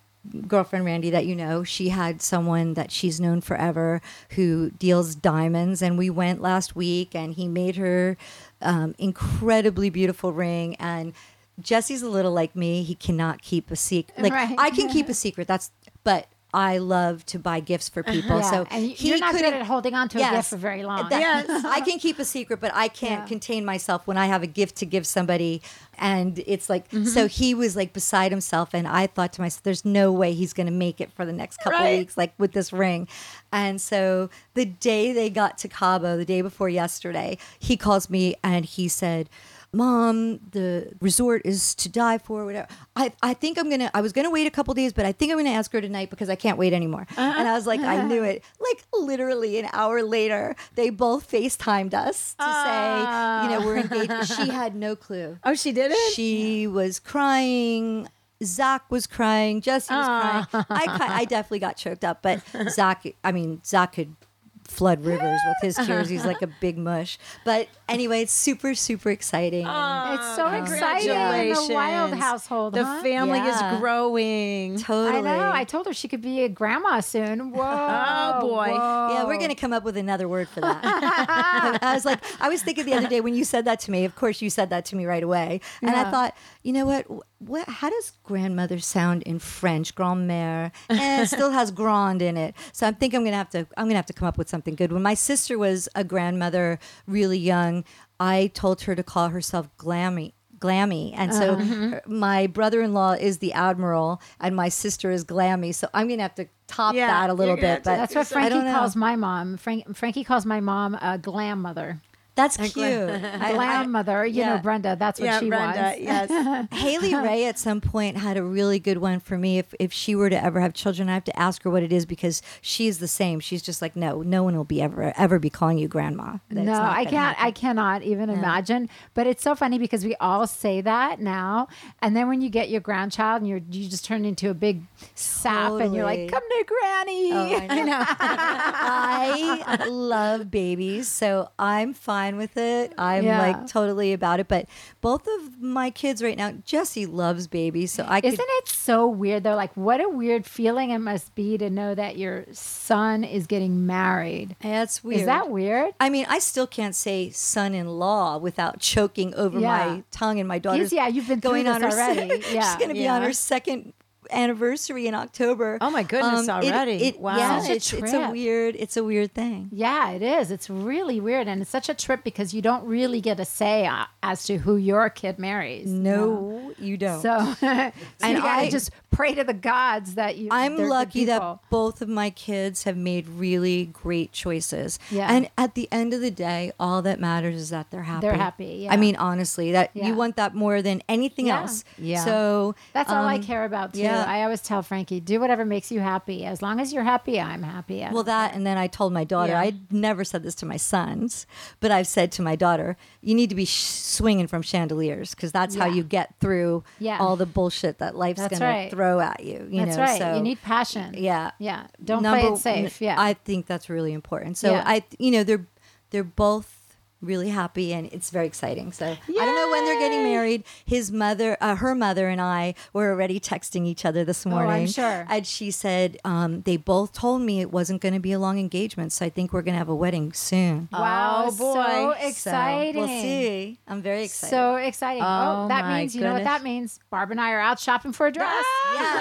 Speaker 2: girlfriend Randy that you know, she had someone that she's known forever who deals diamonds. And we went last week and he made her um, incredibly beautiful ring. And Jesse's a little like me. He cannot keep a secret. Like
Speaker 1: Right.
Speaker 2: I can keep a secret. That's, but I love to buy gifts for people.
Speaker 1: Yeah,
Speaker 2: So
Speaker 1: and you-
Speaker 2: he
Speaker 1: you're not good
Speaker 2: couldn't-
Speaker 1: at holding on to a gift for very long.
Speaker 2: that- I can keep a secret, but I can't
Speaker 1: Yeah.
Speaker 2: contain myself when I have a gift to give somebody. And it's like,
Speaker 1: Mm-hmm.
Speaker 2: so he was like beside himself. And I thought to myself, there's no way he's going to make it for the next couple
Speaker 3: Right.
Speaker 2: weeks, like with this ring. And so the day they got to Cabo, the day before yesterday, he calls me and he said, Mom, the resort is to die for, whatever. I, I think I'm gonna, I was gonna wait a couple days, but I think I'm gonna ask her tonight because I can't wait anymore. And I was like, I knew it.
Speaker 3: Uh-huh.
Speaker 2: Like literally an hour later, they both FaceTimed us to say, you know, we're engaged. She had no clue.
Speaker 3: Oh, she did it.
Speaker 2: She was crying. Zach was crying. Jesse was crying. I, cri-
Speaker 1: Ah.
Speaker 2: I definitely got choked up, but Zach, I mean, Zach could flood rivers with his tears. He's like a big mush. But anyway, it's super, super exciting.
Speaker 1: It's so exciting in the Wild
Speaker 3: Congratulations.
Speaker 1: household.
Speaker 3: The
Speaker 1: huh?
Speaker 3: family
Speaker 2: Yeah.
Speaker 3: is growing.
Speaker 2: totally.
Speaker 1: I know. I told her she could be a grandma soon. Whoa. oh
Speaker 3: boy.
Speaker 2: Yeah, we're going to come up with another word for that. I, I was like, I was thinking the other day when you said that to me, of course you said that to me right away. And I thought, you know what? Wh- What? How does grandmother sound in French? Grand-mère. Eh, it still has grand in it. So I think I'm going to have to, I'm going to have to come up with something good. When my sister was a grandmother really young, I told her to call herself Glammy. Glammy, and so
Speaker 3: Uh-huh. Mm-hmm.
Speaker 2: her- my brother-in-law is the admiral, and my sister is Glammy. So I'm gonna have to top
Speaker 3: Yeah,
Speaker 2: that a little
Speaker 3: you're gonna
Speaker 2: bit.
Speaker 3: have to
Speaker 2: But
Speaker 1: That's what
Speaker 2: I
Speaker 1: Frankie
Speaker 2: don't know.
Speaker 1: calls my mom. Frank, Frankie calls my mom a glam mother.
Speaker 2: That's cute. I-
Speaker 1: Glam mother. You
Speaker 3: yeah.
Speaker 1: know, Brenda. That's what
Speaker 3: yeah,
Speaker 1: she
Speaker 3: Brenda.
Speaker 1: was.
Speaker 3: Yes.
Speaker 2: I- Haley Ray at some point had a really good one for me. If if she were to ever have children, I have to ask her what it is because she's the same. She's just like, no, no one will be ever ever be calling you grandma. That's
Speaker 1: no,
Speaker 2: not
Speaker 1: I
Speaker 2: gonna
Speaker 1: can't. I cannot even imagine. But it's so funny because we all say that now, and then when you get your grandchild and you're you just turn into a big sap, and you're like,
Speaker 2: Totally.
Speaker 1: "Come to granny."
Speaker 2: happen. I know. I love babies, so I'm fine with it. I'm
Speaker 1: Yeah.
Speaker 2: like totally about it. But both of my kids right now, Jesse loves babies, so I
Speaker 1: Isn't
Speaker 2: could
Speaker 1: it so weird though? Like, what a weird feeling it must be to know that your son is getting married.
Speaker 2: that's weird.
Speaker 1: Is that weird?
Speaker 2: I mean, I still can't say son-in-law without choking over
Speaker 1: Yeah.
Speaker 2: my tongue and my daughter's.
Speaker 1: yeah, you've been through
Speaker 2: going
Speaker 1: this
Speaker 2: on her se-
Speaker 1: already. Yeah.
Speaker 2: she's going to be on
Speaker 3: Yeah.
Speaker 2: her second anniversary in October. Um,
Speaker 3: Oh my goodness,
Speaker 2: it-
Speaker 3: already.
Speaker 2: it-
Speaker 3: Wow.
Speaker 2: yeah,
Speaker 1: Such a
Speaker 2: it's, it's a
Speaker 1: trip.
Speaker 2: weird. It's a weird thing.
Speaker 1: Yeah, it is. It's really weird, and it's such a trip because you don't really get a say uh, as to who your kid marries.
Speaker 2: No, you don't.
Speaker 1: So, so you gotta
Speaker 2: I-
Speaker 1: just pray to the gods that you.
Speaker 2: I'm
Speaker 1: they're good
Speaker 2: lucky that
Speaker 1: people.
Speaker 2: both of my kids have made really great choices.
Speaker 1: Yeah.
Speaker 2: And at the end of the day, all that matters is that they're happy.
Speaker 1: They're happy, yeah.
Speaker 2: I mean, honestly, that
Speaker 1: Yeah.
Speaker 2: you want that more than anything
Speaker 1: Yeah.
Speaker 2: else.
Speaker 3: Yeah.
Speaker 2: So
Speaker 1: That's all I
Speaker 2: um,
Speaker 1: care about too.
Speaker 2: yeah.
Speaker 1: I always tell Frankie, do whatever makes you happy. As long as you're happy, I'm happy. I
Speaker 2: Well,
Speaker 1: don't
Speaker 2: that, and then I told my daughter,
Speaker 3: Yeah.
Speaker 2: i never said this to my sons, but I've said to my daughter, you need to be sh- swinging from chandeliers because that's how
Speaker 1: Yeah.
Speaker 2: you get through
Speaker 1: Yeah.
Speaker 2: all the bullshit that life's
Speaker 1: That's
Speaker 2: going
Speaker 1: right.
Speaker 2: to throw at you. you
Speaker 1: That's
Speaker 2: know?
Speaker 1: right.
Speaker 2: So,
Speaker 1: you need passion.
Speaker 2: yeah.
Speaker 1: Yeah. Don't play
Speaker 2: Number-
Speaker 1: it safe. Yeah.
Speaker 2: I think that's really important. So
Speaker 1: Yeah.
Speaker 2: I, you know, they're, they're both really happy and it's very exciting. So I don't know when they're getting married. His mother, uh, her mother, and I were already texting each other this morning.
Speaker 1: Oh, sure.
Speaker 2: And she said um, they both told me it wasn't going to be a long engagement, so I think we're going to have a wedding soon.
Speaker 1: Wow,
Speaker 3: Oh,
Speaker 1: boy.
Speaker 3: so
Speaker 1: So
Speaker 2: So
Speaker 1: exciting.
Speaker 2: we'll see. I'm very excited.
Speaker 1: So exciting. Oh,
Speaker 3: Oh,
Speaker 1: that
Speaker 3: my
Speaker 1: means, you know what
Speaker 3: goodness.
Speaker 1: that means? Barb and I are out shopping for a dress.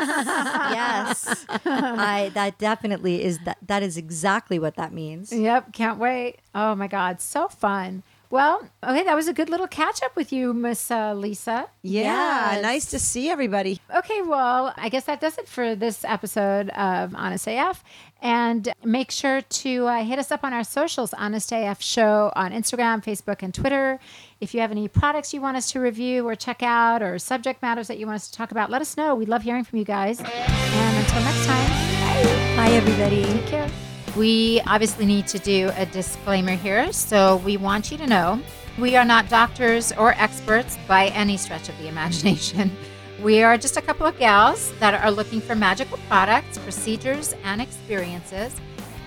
Speaker 2: yes, yes. I that definitely is that that is exactly what that means.
Speaker 1: Yep, can't wait. Oh my God, so fun. Well, okay, that was a good little catch up with you, Miss uh, Lisa.
Speaker 3: Yeah,
Speaker 2: Yes.
Speaker 3: nice to see everybody.
Speaker 1: Okay, well, I guess that does it for this episode of Honest AF. And make sure to uh, hit us up on our socials, Honest AF Show on Instagram, Facebook, and Twitter. If you have any products you want us to review or check out or subject matters that you want us to talk about, let us know. We love hearing from you guys. And until next time,
Speaker 2: Hi everybody.
Speaker 1: take care. We obviously need to do a disclaimer here. So we want you to know we are not doctors or experts by any stretch of the imagination. We are just a couple of gals that are looking for magical products, procedures, and experiences.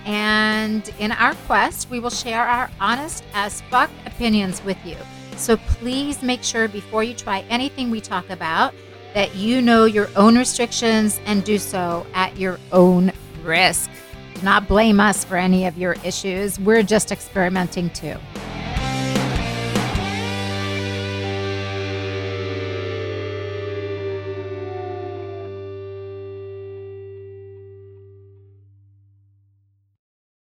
Speaker 1: And in our quest, we will share our honest as fuck opinions with you. So please make sure before you try anything we talk about that you know your own restrictions and do so at your own risk. Do not blame us for any of your issues. We're just experimenting too.